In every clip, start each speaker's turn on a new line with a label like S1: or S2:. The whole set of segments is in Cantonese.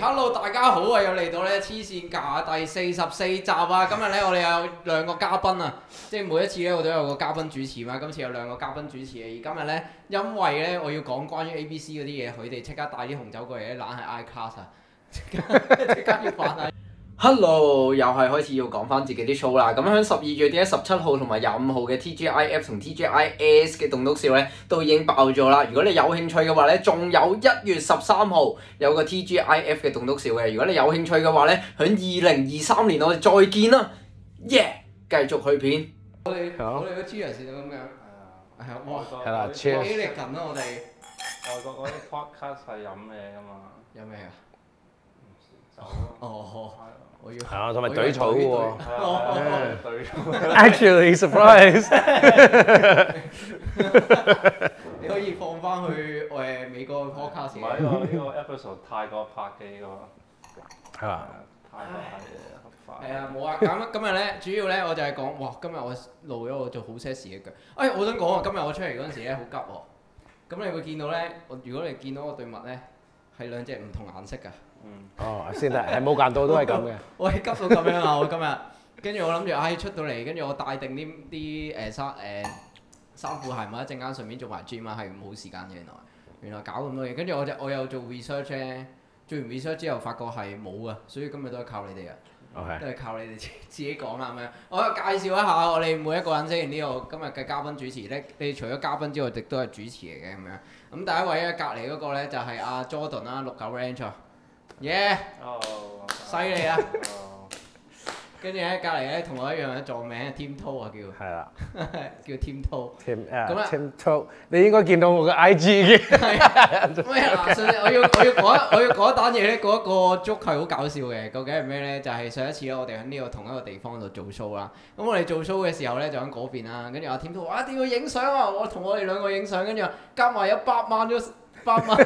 S1: Hello，大家好啊！又嚟到咧黐線架第四十四集啊！今日咧我哋有兩個嘉賓啊，即係每一次咧我都有個嘉賓主持啊嘛。今次有兩個嘉賓主持啊，而今日咧因為咧我要講關於 A、B、C 嗰啲嘢，佢哋即刻帶啲紅酒過嚟咧，懶係 I class 啊，即刻即刻要玩啊！
S2: Hello，又係開始要講翻自己啲 show 啦。咁喺十二月嘅十七號同埋廿五號嘅 TGIF 同 TGIS 嘅棟篤笑咧，都已經爆咗啦。如果你有興趣嘅話咧，仲有一月十三號有個 TGIF 嘅棟篤笑嘅。如果你有興趣嘅話咧，喺二零二三年我哋再見啦。耶！繼續去片。
S1: 我哋
S3: 好
S1: 我哋個 G 人士都咁樣，係啊，
S4: 哦
S1: 哇！
S3: 係啦
S1: 幾
S3: ，cheers
S1: 力近啊！我哋
S4: 外國嗰啲 podcast 係飲嘢噶嘛，
S1: 有咩啊？
S4: 酒
S1: 哦，我要
S3: 係啊，同埋
S1: 懟
S3: 懟
S1: 草
S3: 草
S1: 嘅
S3: 喎
S1: 喎。
S4: 係對
S3: Actually surprise，
S1: 你可以放翻去誒美國嘅 podcast
S4: 唔
S1: 嘅
S4: 係呢個呢個 episode 泰國拍嘅
S3: 係
S4: 呢個，
S3: 嘛？
S4: 泰國拍嘅合法。
S1: 係啊，冇啊！ 咁今日咧，主要咧我就係講，哇！今日我露咗我做好些事嘅腳。哎，我想講啊，今日我出嚟嗰陣時咧好急喎。咁你會見到咧，我如果你見到我對襪咧係兩隻唔同顏色㗎。
S4: 嗯，
S3: 哦，先得，係冇間到都係咁嘅。
S1: 我係急到咁樣啊！我今日跟住我諗住，唉、出到嚟，跟住我帶定啲啲誒衫誒衫褲鞋啊襪，一陣間順便做埋 gym 啊，係冇時間嘅原來。原來搞咁多嘢，跟住我就我有做 research 咧，做完 research 之後發覺係冇啊，所以今日都係靠你哋啊。
S3: OK，
S1: 都係靠你哋自自己講啦咁樣。我介紹一下我哋每一個人先，呢度今日嘅嘉賓主持咧，你除咗嘉賓之外，亦都係主持嚟嘅咁樣。咁第一位啊咧，隔離嗰個咧就係阿 Jordan 啦，六九 Range 啊耶，
S4: 哦，
S1: 犀利啊！
S4: 哦
S1: 跟住咧，隔離咧同我一樣嘅撞名，Tim To 啊
S3: 係啦
S1: 叫，叫 Tim To。
S3: ，Tim
S1: 咁啊
S3: 誒 Tim To，你應該見到我嘅 IG 嘅。
S1: 咩啊？上次我要我要講一我要講一單嘢咧，嗰一個 joke 係好搞笑嘅。究竟係咩咧？就係、上一次咧，我哋喺呢個同一個地方度做 show 啦。咁我哋做 show 嘅時候咧，就喺嗰邊啦。跟住阿添都話：一定要影相啊！我同我哋兩個影相，跟住話夾埋有百萬咗百萬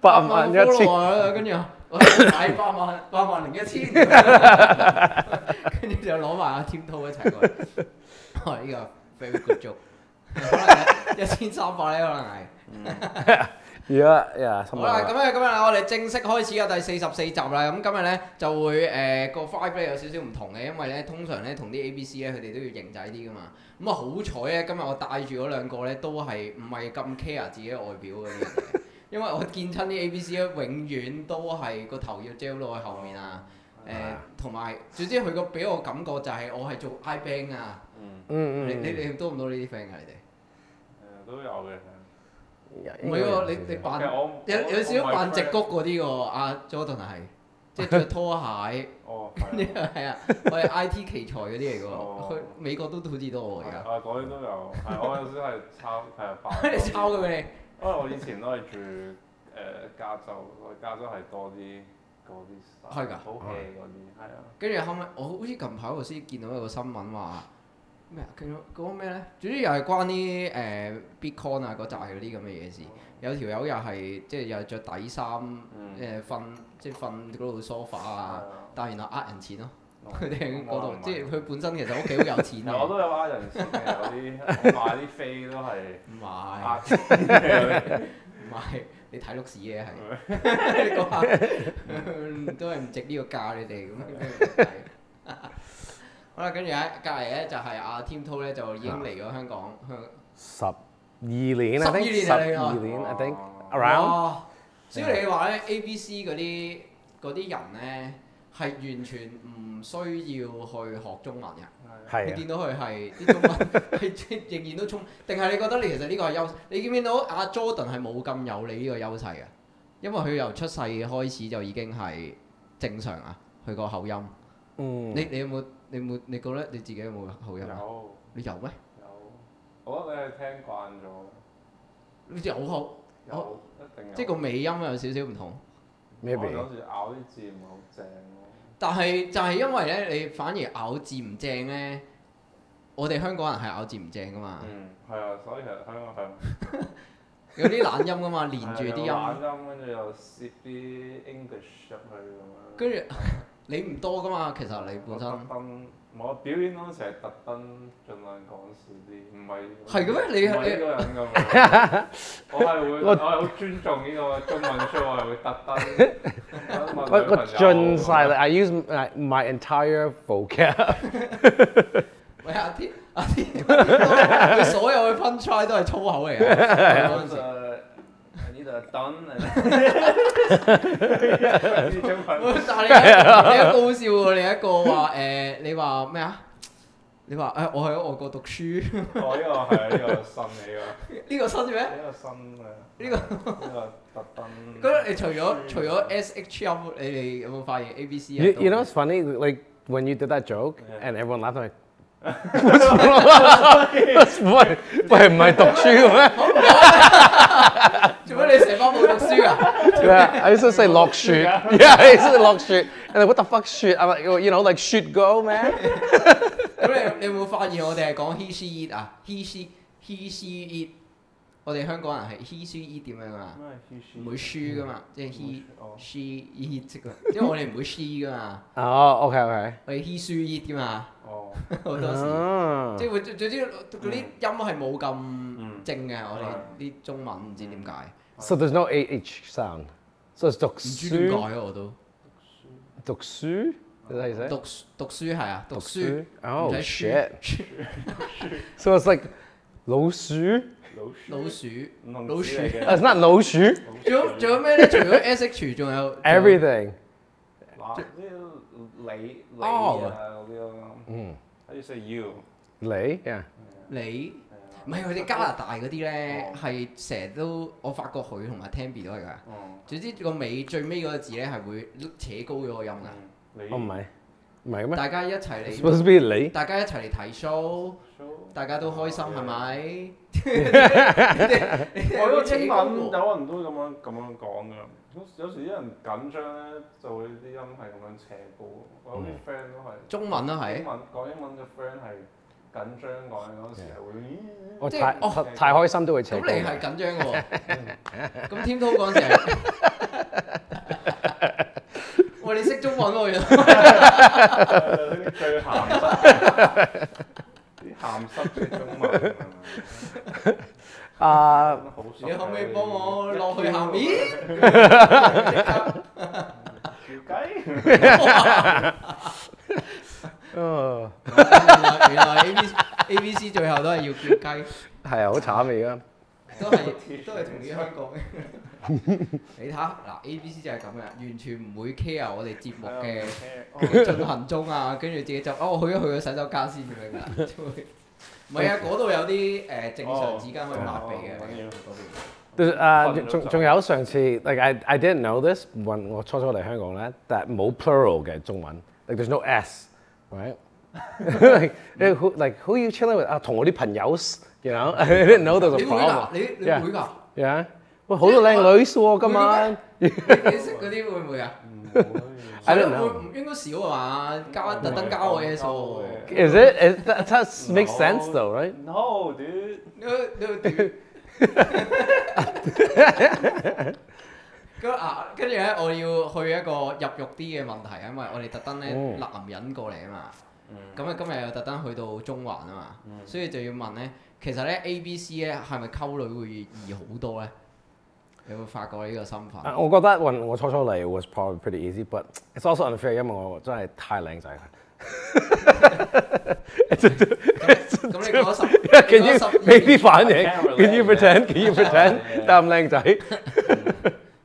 S3: 百萬一千
S1: follower 啦。跟住話我買百萬百萬零一 千，跟住就攞埋阿添都一齊過嚟。哇！呢、個 very good joke，可能一千三百咧，可能係。
S3: Yeah yeah，
S1: 好啦，咁啊咧今日我哋正式開始啊第四十四集啦。咁今日咧就會誒、呃、個 five 咧有少少唔同嘅，因為咧通常咧同啲 A、B、C 咧佢哋都要型仔啲噶嘛。咁啊好彩咧，今日我帶住嗰兩個咧都係唔係咁 care 自己外表嗰啲人 嘅，因為我見親啲 A、B、C 咧永遠都係個頭要 gel 到去後面啊。誒同埋總之佢個俾我感覺就係我係做 I band 啊。
S4: 嗯，
S3: 嗯
S1: 你
S3: 嗯，
S1: 你你多唔多呢啲 friend 啊？你
S4: 誒都有嘅。
S1: 哋唔係喎，你你
S4: 其
S1: 扮。
S4: 實我
S1: 有有少少扮直谷。嗰啲喎，阿 Jordan 係，即係着拖鞋，
S4: 我唔係 friend 哦，係啊
S1: 係 啊，我係 IT 奇才嗰啲嚟嘅
S4: 哦
S1: 喎，去美國都好似多喎而
S4: 係
S1: 家，
S4: 啊嗰啲都有。係我有時係抄係扮。
S1: 你抄佢俾
S4: 因為我以前都係住誒、加州，我加州係多啲嗰啲山
S1: 係㗎
S4: 好 hea 嗰啲，係啊
S1: 你，，跟住後尾我好似近排我先見到有個新聞話咩啊，跟住嗰個咩咧，總之又係關啲誒 Bitcoin 啊嗰扎嗰啲咁嘅嘢事，有條友又係即係又係着底衫
S4: 嗯，
S1: 誒瞓，即係瞓嗰度 sofa
S4: 係
S1: 啊，
S4: 啊
S1: 但係原來呃人錢咯，
S4: 哦
S1: 佢哋喺 嗰
S4: 咁我
S1: 度
S4: 唔，係
S1: 即係佢本身其實屋企好有錢
S4: 其 實我
S1: 嘅，
S4: 都有呃人錢嘅，有啲我買啲飛都 係
S1: 唔係。
S4: 呃錢嘅，
S1: 唔係，你睇碌屎嘅係，你講下嗯都係唔值呢個價，你哋咁樣。好啦，跟住喺隔離咧就係阿 Tim To 咧就已經嚟咗香港，香
S3: 十二年
S1: 12
S3: I think，
S1: 年
S3: 十
S1: 啊你話
S3: 二年，I think
S4: 哦
S3: around。
S1: 哇所以你話咧 A、B、C 嗰啲嗰啲人咧係完全唔需要去學中文嘅。
S3: 係
S4: 係
S1: 你
S3: 啊，
S1: 見到佢係啲中文 係仍然都衝，定係你覺得你其實呢個係優勢？你見唔見到阿 Jordan 係冇咁有你呢個優勢嘅？因為佢由出世開始就已經係正常啊，佢個口音。
S3: 嗯，
S1: 你你有冇你有冇你覺得你自己有冇口音啊？
S4: 有
S1: 你有咩？
S4: 有，我覺得你係聽慣咗，
S1: 你有口，
S4: 有一定有，
S1: 哦即係個尾音有少少唔同。
S4: 我
S3: maybe
S4: 有時咬啲字唔係好正咯，
S1: 但係就係因為咧，你反而咬字唔正咧，我哋香港人係咬字唔正噶嘛，
S4: 嗯，係啊，所以其實香港係。
S1: 有啲懶音噶嘛，連住啲
S4: 係啊
S1: 音
S4: 有。懶音，跟住又攝啲 English 入去咁樣。
S1: 跟住 你唔多噶嘛，其實你
S4: 我
S1: 本
S4: 特
S1: 身
S4: 登，我表演嗰陣時係特登盡量講少啲，唔係
S1: 係嘅咩你
S4: 唔係
S1: 你
S4: 呢個人 咁樣，我係會
S3: 我
S4: 我係好尊重呢個中文 show，我係會特 登特登問
S3: 我
S4: 女
S3: 我
S4: 朋友
S3: 盡晒啦，I use my, my entire vocab。
S1: 喂阿天阿天，佢所有嘅 punch line 都係粗口嚟嘅。
S4: 啊
S1: 嗰陣時
S4: I need a done and- 中文
S1: 喂但係你一你一個好笑喎，你一個話誒，你話咩啊？你話誒，我喺外國讀書，
S4: 我呢個係呢個新嚟㗎，
S1: 呢個新嘅咩？
S4: 啊呢個新啊，
S1: 呢
S4: 個呢個特登。
S1: 咁你除咗除咗 S H 音，你哋有冇發現 A B C 啊
S3: You, you know it's funny like when you did that joke
S4: Yeah.
S3: and everyone laughed I'm like what's what 喂唔係讀書嘅咩
S1: 做咩你成班冇讀書啊？
S3: ？Yeah, I used to say 落雪 Yeah, I used to say 落雪 and then what the fuck shit I'm like you know like shit go man
S1: 咁你你有冇發現我哋係講 he she it 啊？he she he she it，我哋香港人係 he she it 點樣啊？
S4: 咩意思
S1: 唔會輸噶嘛，即係 he
S4: 哦
S1: she it 即係，因為我哋唔會 she 噶嘛，
S3: 哦，OK OK
S1: 我哋 he she it 噶嘛，
S4: 哦，
S1: 好多時。
S3: 啊
S1: 即係會總之嗰啲音係冇咁
S4: 嗯
S1: 正嘅，我哋啲中文唔知點解，
S3: So there's no AH sound So it's 讀
S1: 唔知點
S3: 書
S1: 解啊我都
S3: 讀書 Is that how you say it?
S1: 讀讀書係啊，讀書
S3: Oh
S1: 唔使
S3: shit
S1: 輸
S3: So it's like 老鼠
S4: 老鼠，
S1: 老鼠。
S4: 老
S1: 老鼠
S4: 嚟
S3: It's not 老鼠
S4: 嘅，
S1: 仲有仲有咩咧？除 咗 S H，仲有
S3: Everything
S4: 嗱呢個你你
S1: 哦
S4: 啊嗰啲咯，
S3: 嗯
S4: 跟住 say uh, you，
S3: 你 Hmm. Yeah
S1: 你
S4: 係啊
S1: 唔係佢哋加拿大嗰啲咧，係成日都我發覺佢同埋 Tammy 都係㗎。
S4: 哦，
S1: 總之個尾最尾嗰個字咧係會扯高咗個音㗎。
S4: 你
S3: 哦唔係唔係嘅咩
S1: 大家一齊嚟，
S3: ？Supposed to be 你
S1: 大家一齊嚟睇 show，
S4: show
S1: 大家都開心係咪？
S4: 我呢個英文有人都咁樣咁樣講㗎，有有時啲人緊張咧就會啲音係咁樣斜高，我有啲 friend 都係。
S1: 中文啦係
S4: 英。文講英文嘅 friend 係緊張講嗰陣時係會，
S3: 我
S1: 即係
S3: 太
S1: 哦
S3: 太太開心都會扯
S1: 咁
S3: 高
S1: 你係緊張嘅喎，咁添 o 嗰陣時係，喂你識中文喎原來，
S4: 啲最鹹濕啲鹹濕嘅中文。
S3: 啊！
S4: 好熟
S1: 你可唔可以幫我落去下面？
S4: 條雞，
S3: 嗯
S1: 原來 A B A B C 最後都係要叫雞，
S3: 係啊，好慘啊而家。
S1: 都係都係同啲香港嘅。你睇下嗱 A B C 就係咁嘅，完全唔會 care 我哋節目嘅哦進行中啊， 跟住自己就哦去咗去咗洗手間先咁樣 㗎，就會啊唔係啊嗰度有啲誒正常紙巾可以抹鼻嘅
S4: 哦哦哦
S1: 嗰邊。
S3: 對啊，仲
S4: 瞓咗
S3: 仲
S4: 就
S3: 仲有上次，like I I didn't know this when 我初初嚟香港咧，但冇 plural 嘅中文，like there's no s，right？like who like who you chilling with 啊？同我啲朋友，you know？I didn't know there's
S1: 你
S3: a
S1: 會㗎？
S3: 哦 problem。啊
S1: 你你
S3: Yeah
S1: 會㗎？
S3: Yeah，喂，好多靚女喎今晚。
S1: 你你識嗰啲會唔會啊？
S3: I
S1: 會
S3: don't know.
S1: 唔應該少啊嘛？加特登加我 S 喎。
S3: Is it? Is that, that makes sense though, right?
S4: No, dude.
S1: 你你 點？ 咁啊，跟住咧，我要去一個入肉啲嘅問題，啊因為我哋特登咧
S3: 嗯
S1: 男人過嚟啊嘛。咁啊，今日又特登去到中環啊嘛，所以就要問咧，其實咧 A、B、C 咧係咪溝女會易好多咧？你有冇發覺呢個身份？
S3: 啊我覺得運我初初嚟 was probably pretty easy，but it's also unfair，因為我真係太靚 仔啦。
S1: 咁你講 十，
S3: Can
S1: 你
S3: you
S1: 講十二年
S3: make 啲反應
S4: I can't
S3: ？Can you
S4: relate
S3: pretend？Can you pretend？
S4: Yeah.
S3: 但唔靚仔。uh,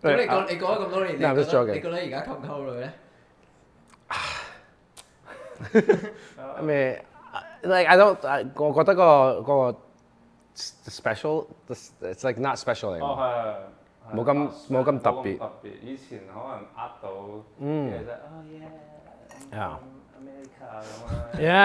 S1: 咁你講你講咗咁多年，你
S3: No, I'm
S1: 覺得
S3: just joking.
S1: 你覺得而家溝唔溝女咧？
S3: 啊咩？Like I don't，I- 我覺得個個 special，it's like not special 嚟
S4: 哦
S3: 㗎。
S4: 係係係
S3: 冇咁冇咁特別
S4: 冇咁特別。以前可能呃到，
S3: Ừ.
S4: 其實哦 yeah，
S3: 啊
S4: America 咁啊。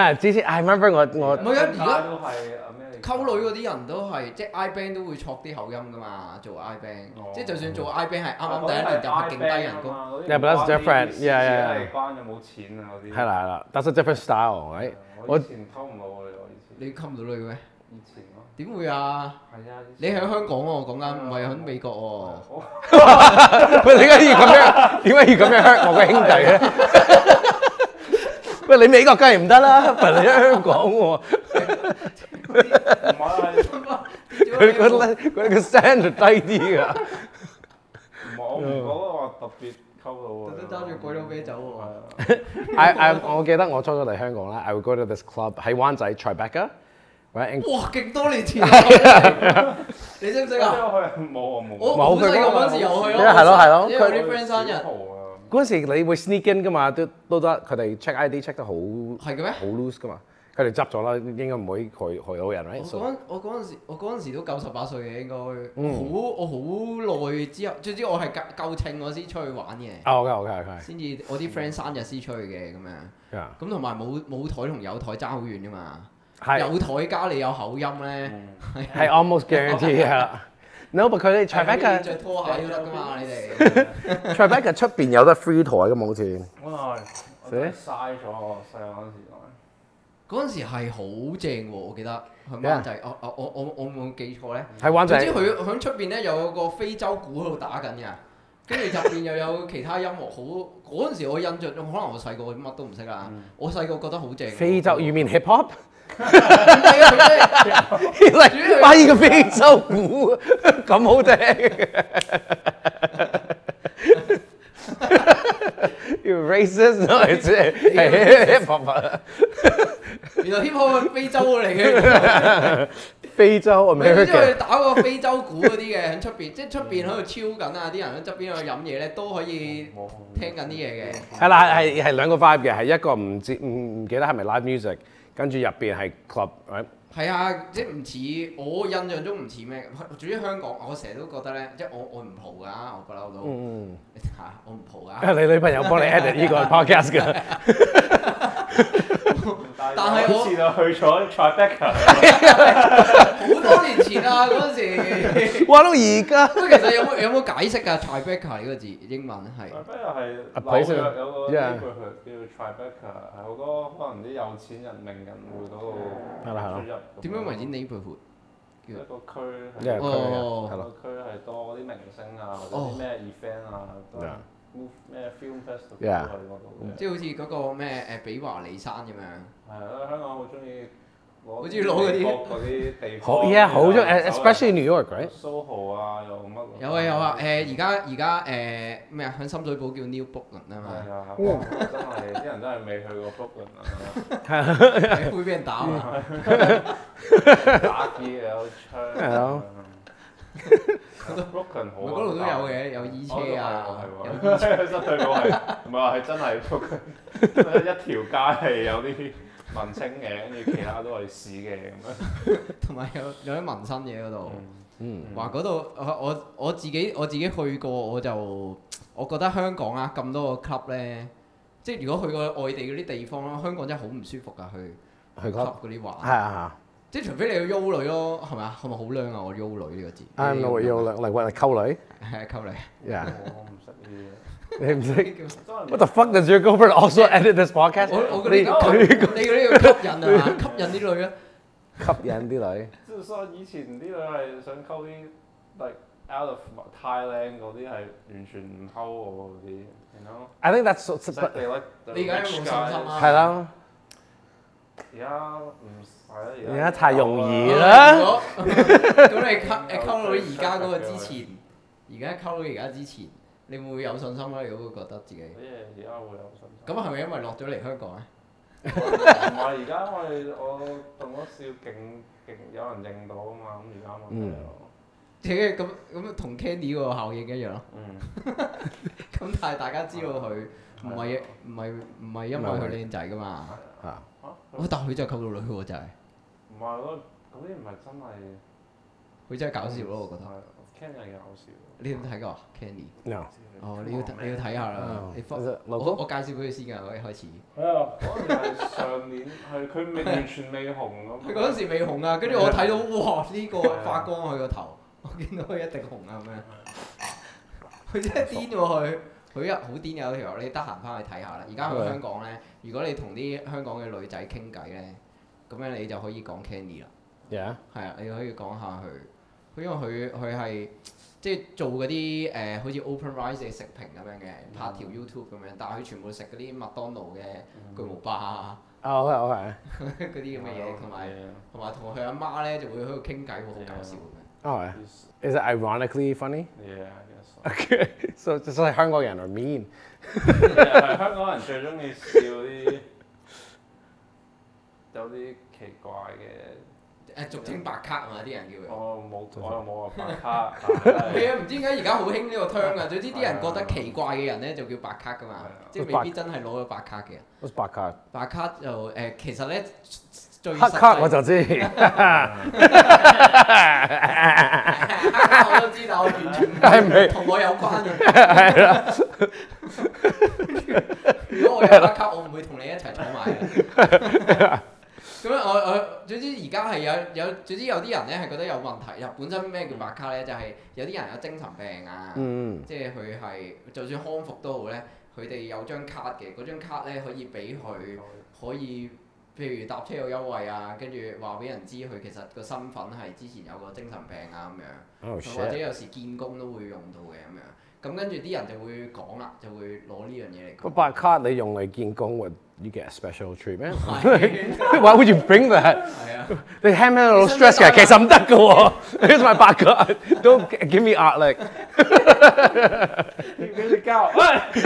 S3: Yeah，之前 I remember 我我
S1: 唔係啊而家
S4: 都係 America
S1: 溝女嗰啲人都係，即係 I band 都會戳啲口音噶嘛，做 I band，、
S4: 哦
S1: 即係就算做 I band 係啱
S4: À,
S1: 啱第一年入係勁低人工，
S4: 工
S3: Yeah, but that's different. Yeah, yeah, yeah.
S4: 係關有冇錢啊嗰啲。
S3: 係啦係啦，that's a different style，right？
S4: 我以前溝唔到嘅，我以前。
S1: 你溝唔到女嘅咩？
S4: 以前咯。
S1: 點會啊？
S4: 係啊。以
S1: 你
S4: 前
S1: 喺香港喎、講緊唔係喺美國喎、
S4: 我
S3: 喂，點解要咁樣？點解要咁樣 hurt 我嘅兄弟咧？ 喂，你美國梗係唔得啦，但你喺香港喎，
S4: 唔係
S3: 佢個佢個 standard 低啲㗎。
S4: 唔係，我唔覺得話特別溝到喎。
S1: 特登揸住鬼佬啤酒喎
S4: 係
S3: I
S4: 啊
S3: I 我記得我初初嚟香港啦，I would go to this club 喺灣仔 Tribeca，right？
S1: 哇，勁多年前啊，你識唔識
S4: 我
S1: 啊？
S4: 都有去冇我冇。
S1: 我
S3: 冇
S1: 我細
S3: 佢
S1: 個
S3: 嗰
S1: 嗰陣時又去咯，
S3: 係咯係咯
S1: 因為我
S4: 我
S1: 啲 friend 生日
S4: 小豪啊
S3: 嗰陣時你會 sneak in 噶嘛，都都得，佢哋 check ID check 得好好
S1: 係嘅咩？
S3: loose 噶嘛，佢哋執咗啦，應該唔會害害到人
S1: 我
S3: right？
S1: 嗰
S3: So- Oh,
S1: 陣我嗰陣時我嗰陣時都九十八歲嘅應該，
S3: 嗯
S1: 好我好耐之後，最之我係夠夠稱我先出去玩嘅，
S3: 啊，OK OK OK，
S1: 先至我啲 friend 生日先出去嘅咁樣。
S3: yeah，
S1: 咁同埋冇冇台同有台爭好遠㗎嘛，
S3: 係
S1: 有台加你有口音咧，
S3: 係 almost guarantee 㗎啦。No，but 佢哋
S1: 係
S3: Tribeca
S1: 着拖
S4: Ờ,
S1: 鞋都得㗎嘛，你哋
S3: Tribeca 出邊有得 free 台嘅嘛，好似
S4: 哇！我真係嘥咗我細個嗰時代。
S1: 嗰陣時係好正喎，我記得去
S3: 咩啊
S1: 灣仔，我我哦我我我冇記錯咧。
S3: 喺
S1: 總
S3: 灣仔
S1: 之。佢響出邊咧有個非洲鼓喺度打緊嘅，跟住入邊又有其他音樂，好嗰陣時我印象中，可能我細個乜都唔識啦。我細個覺得好正喎。
S3: 嗯非洲，you mean hip hop？like
S1: 唔係啊佢真係
S3: 巴依個非洲 鼓咁好 聽。You racist? No, it's hip hop 啊。
S1: 原來 hip hop 係非洲嚟 嘅，
S3: 非洲
S1: 跟住
S3: American
S1: 佢打個非洲鼓嗰啲嘅喺出邊，即係出
S3: 嗯
S1: 邊喺度超緊啊！啲人喺側邊喺度飲嘢咧都可以
S4: 冇
S1: 聽緊啲嘢嘅。
S3: 係啦，係係兩個 vibe 嘅，係一個唔知唔唔記得係咪 live music，跟住入邊係 club，right？
S1: 係啊，即係唔似我印象中唔似咩，總之香港我成日都覺得咧，即係我我唔蒲㗎，我不嬲都
S3: 嗯，
S1: 嚇我唔蒲㗎。
S3: 你女朋友幫你 edit 呢個 podcast 㗎，
S4: 但
S1: 但係
S4: 係
S1: 我
S4: 好似就去咗 Tribeca，
S1: 好多年前啊，嗰陣時。
S3: 哇到而家
S1: 喂，其實有冇有冇解釋啊？Tribeca 呢個字英文係
S4: Tribeca 係
S3: A
S4: 紐
S3: place
S4: 約有個
S3: yeah
S4: neighborhood 叫 Tribeca，係好多可能啲有錢人、名人會嗰度
S3: 係啦係啦
S4: 出入。
S1: 點樣為之 neighborhood？
S4: 一個區係
S3: 因為佢
S1: 哦
S3: 係
S4: 個
S3: 咯
S4: 區係多啲明星啊，或者啲咩 event 啊，都係
S3: Yeah
S4: move 咩 film festival 去
S3: Yeah
S4: 嗰度嘅。
S1: 即係好似嗰個咩誒比華利山咁樣，
S4: 係啊，香港好中意攞
S1: 好中意攞嗰啲
S4: 美國嗰啲地方。
S3: 好 yeah 好中，especially New
S4: 係
S3: York，right？
S4: SoHo 啊，又乜？
S1: 有啊有啊誒，而家而家誒咩啊？喺深水埗叫 New Brooklyn 啊嘛
S4: 係啊，真係啲人真係未去過 Brooklyn 啊，
S1: 係，會俾人 打嘛？啊
S4: 打機又有槍。
S3: 係啊
S4: Brooklyn 好啊
S1: 唔係嗰度都有嘅，有衣
S4: Ờ,
S1: 車啊，有
S4: 哦 係喎，真係我係唔係話係真係 Brooklyn 一條街係有啲文青嘅，跟住其他都係市嘅咁樣。
S1: 同埋有有啲紋身嘢嗰度。
S3: 嗯，
S1: 話嗰度我我我自己我自己去過，我就我覺得香港啊咁多個 club 咧，即係如果去過外地嗰啲地方啦，香港真係好唔舒服㗎，去
S3: 去 club
S1: club 嗰啲
S3: 係
S1: 玩，
S3: 啊
S1: 即係除非你去優女咯，係咪啊？係咪好靚啊？我優女呢個字
S3: 係啊，I'm no 要嚟嚟揾溝
S1: 係啊，溝
S3: 女，yeah，
S4: 我唔識呢
S3: 你唔 識
S1: 你叫
S4: 啲嘢，真
S3: Dạ.
S4: 係
S3: What the fuck does your girlfriend also edit this podcast？
S1: 我我嗰
S3: 你
S1: 啲叫吸你嗰啲叫吸引啊，吸引啲女啊，
S3: 吸引啲女。
S4: 即係所以以前啲女係想溝啲 like out of Thailand 嗰啲係完全唔溝我嗰啲，you know。
S3: I think that's so,
S4: 你
S1: 你而家有冇信心啊
S3: 係啦，
S4: 而家唔使啦，而家
S3: 而家太容易啦
S1: 啊如果咁你溝你溝到而家嗰個之前，而家溝到而家之前，你會唔會有信心咧？如果會覺得自己
S4: 啲嘢而家會有信心。
S1: 咁係咪因為落咗嚟香港咧？啊
S4: 唔係而家我哋我動咗笑勁勁有人認到啊嘛，咁而家
S3: 嗯
S4: 咪係咯。
S1: 即係咁咁同 Candy 個效應一樣咯。
S4: 嗯，
S1: 咁但係大家知道佢唔係啊唔係唔係因為佢靚仔噶
S4: 係
S1: 嘛。
S4: 啊
S3: 啊，
S4: 嚇
S1: 哇！但係佢真係溝到女喎，真係
S4: 唔係咯，嗰啲唔係真係
S1: 佢真係搞笑咯，我覺得。
S4: 覺得。Ken 係搞笑。
S1: 你有冇睇過啊 Candy？
S3: no，
S1: 哦，你要睇你要睇下
S3: 嗯
S1: 啦。你 fo-
S3: 老
S1: 我
S3: 公
S1: 我介紹俾佢先㗎，我一開始。
S4: 係啊，嗰陣係上年 係佢未完全未紅咁。
S1: 佢嗰陣時未紅啊，跟住我睇到哇呢個發光佢個頭， 我見到佢一定紅啊咁樣。佢真係癲喎佢，佢一好癲嘅有條友，你得閒翻去睇下啦。而家去香港咧，如果你同啲香港嘅女仔傾偈咧，咁樣你就可以講 Candy 啦。
S3: ，yeah，
S1: 係啊，你可以講下佢佢因為佢佢係即係做嗰啲誒好似 OpenRice 嘅食評咁樣嘅，
S3: 嗯
S1: 拍條 YouTube 咁樣，但係佢全部食嗰啲麥當勞嘅
S4: 嗯
S3: 嗯
S1: 巨無霸啊
S3: 啊，好係好係，
S1: 嗰啲咁嘅
S4: 啊
S3: 啊
S1: 嘢，同埋同埋同佢阿媽咧就會喺度傾偈，會好搞笑嘅。
S3: 啊係。Is it ironically funny?
S4: Yeah, I guess so.
S3: So just like 香港人 are mean.
S4: 係香港人最中意笑啲有啲奇怪嘅，
S1: 誒俗稱白卡啊嘛，啲人叫
S3: 哦
S1: 佢。
S4: 我冇我又冇話白卡，
S1: 係
S4: 係
S1: 啊，唔知點解而家好興呢個 term 啊！總之啲人
S4: 係
S1: 覺
S4: 啊
S1: 得奇怪嘅人咧就叫白卡噶嘛
S4: 係啊，
S1: 即係未必真係攞咗白卡嘅人。
S3: What's 白卡？
S1: 白卡就誒、呃其實咧最
S3: 黑
S1: 實際
S3: 卡我就知。
S1: 黑卡我都知道，我完全
S3: 係咪
S1: 唔同我有關嘅。係 啦。如果我有黑卡，我唔會同你一齊坐埋嘅。咁樣我我總之而家係有有總之有啲人咧係覺得有問題。本身咩叫白卡咧？就係、有啲人有精神病啊。
S3: 嗯，
S1: 即係佢係就算康復都好咧，佢哋有張卡嘅，嗰張卡咧可以俾佢可以，譬如搭車有優惠啊，跟住話俾人知佢其實個身份係之前有個精神病啊咁樣。
S3: Oh
S1: 或者
S3: shit！
S1: 有時見工都會用到嘅咁樣。咁跟住啲人就會講啦，就會攞呢樣嘢嚟
S3: 個
S1: 講。
S3: 白卡你用嚟見工，would you get a special treatment？
S1: 係
S3: Why would you bring that？
S1: 係啊，
S3: 你 handle 到 stress 嘅，其實唔得嘅喎。Here's my 白卡，don't give me 壓力。
S4: 俾你交，喂，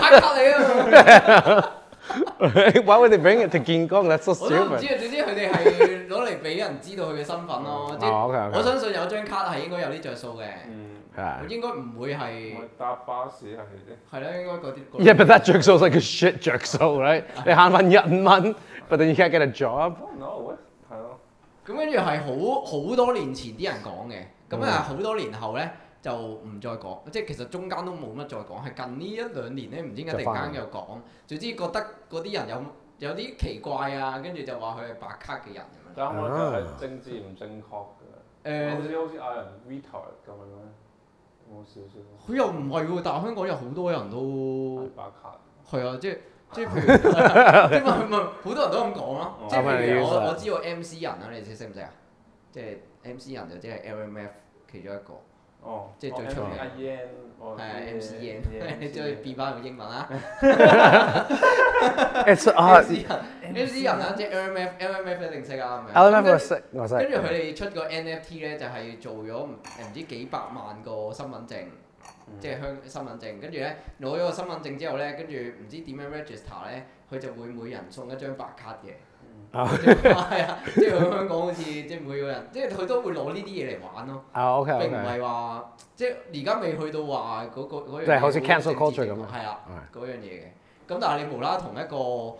S1: 黑卡你啊！
S3: Why would they bring it to 見工？That's so
S1: 我都唔
S3: stupid。
S1: 知啊，總之佢哋係攞嚟俾人知道佢嘅身份咯。即係
S3: 哦，OK，OK
S1: 我相信有張卡係應該有呢着數嘅，
S4: 嗯，
S3: Yeah.
S1: 應該唔會係
S4: 咪。搭巴士係啫，
S1: 係啦，應該嗰啲。
S3: Yeah, but that jerk soul's like a shit jerk soul, right? 你慳翻一蚊，but then you can't get a job。
S4: 我唔 know 喂，係咯，
S1: 咁跟住係好好多年前啲人講嘅，咁啊好多年後咧就唔再講，即係其實中間都冇乜再講，係近呢一兩年咧唔知點解突然間又講，總之覺得嗰啲人有有啲奇怪啊，跟住就話佢係白卡嘅人咁樣。
S4: 但我覺得係政治唔正確嘅，好
S1: 誒、
S4: 似好似嗌人 retard 咁樣咧，有冇少少
S1: 佢又唔係喎，但係香港有好多人都
S4: 係白卡，
S1: 係啊，即係。即係譬如，即係咪咪好多人都咁講咯。
S4: 哦
S1: 即係譬
S3: 咁咪
S1: 如
S3: 要
S1: 我我知道 MC 人啊，你哋識唔識啊？即係 MC 人就即係 LMF 其中一個。
S4: 哦，
S1: 即係最出名
S4: 阿 Yan，我
S1: 係 MC
S4: Yan，
S1: N，你再變翻用英文啊啦。
S3: It's uh, a
S1: MC 人，MC 人啊，即係 LMF，LMF 一定識啊咁樣。
S3: element 我識，我
S1: 跟住
S3: 識。
S1: 佢哋出個 NFT 咧，就係做咗唔唔知幾百萬個身份證，即係香身份證。跟住咧攞咗個身份證之後咧，跟住唔知點樣 register 咧，佢就會每人送一張白卡嘅。
S3: 啊
S1: 係啊，即係佢香港好似即係每個人，即係佢都會攞呢啲嘢嚟玩咯。
S3: 啊，OK
S1: 並唔
S3: OK。
S1: 係話即係而家未去到話嗰個嗰樣嘢
S3: 即係好似 cancel
S1: 好
S3: culture 咁啊
S1: 係啊嗰樣嘢嘅。咁但係你無啦啦同一個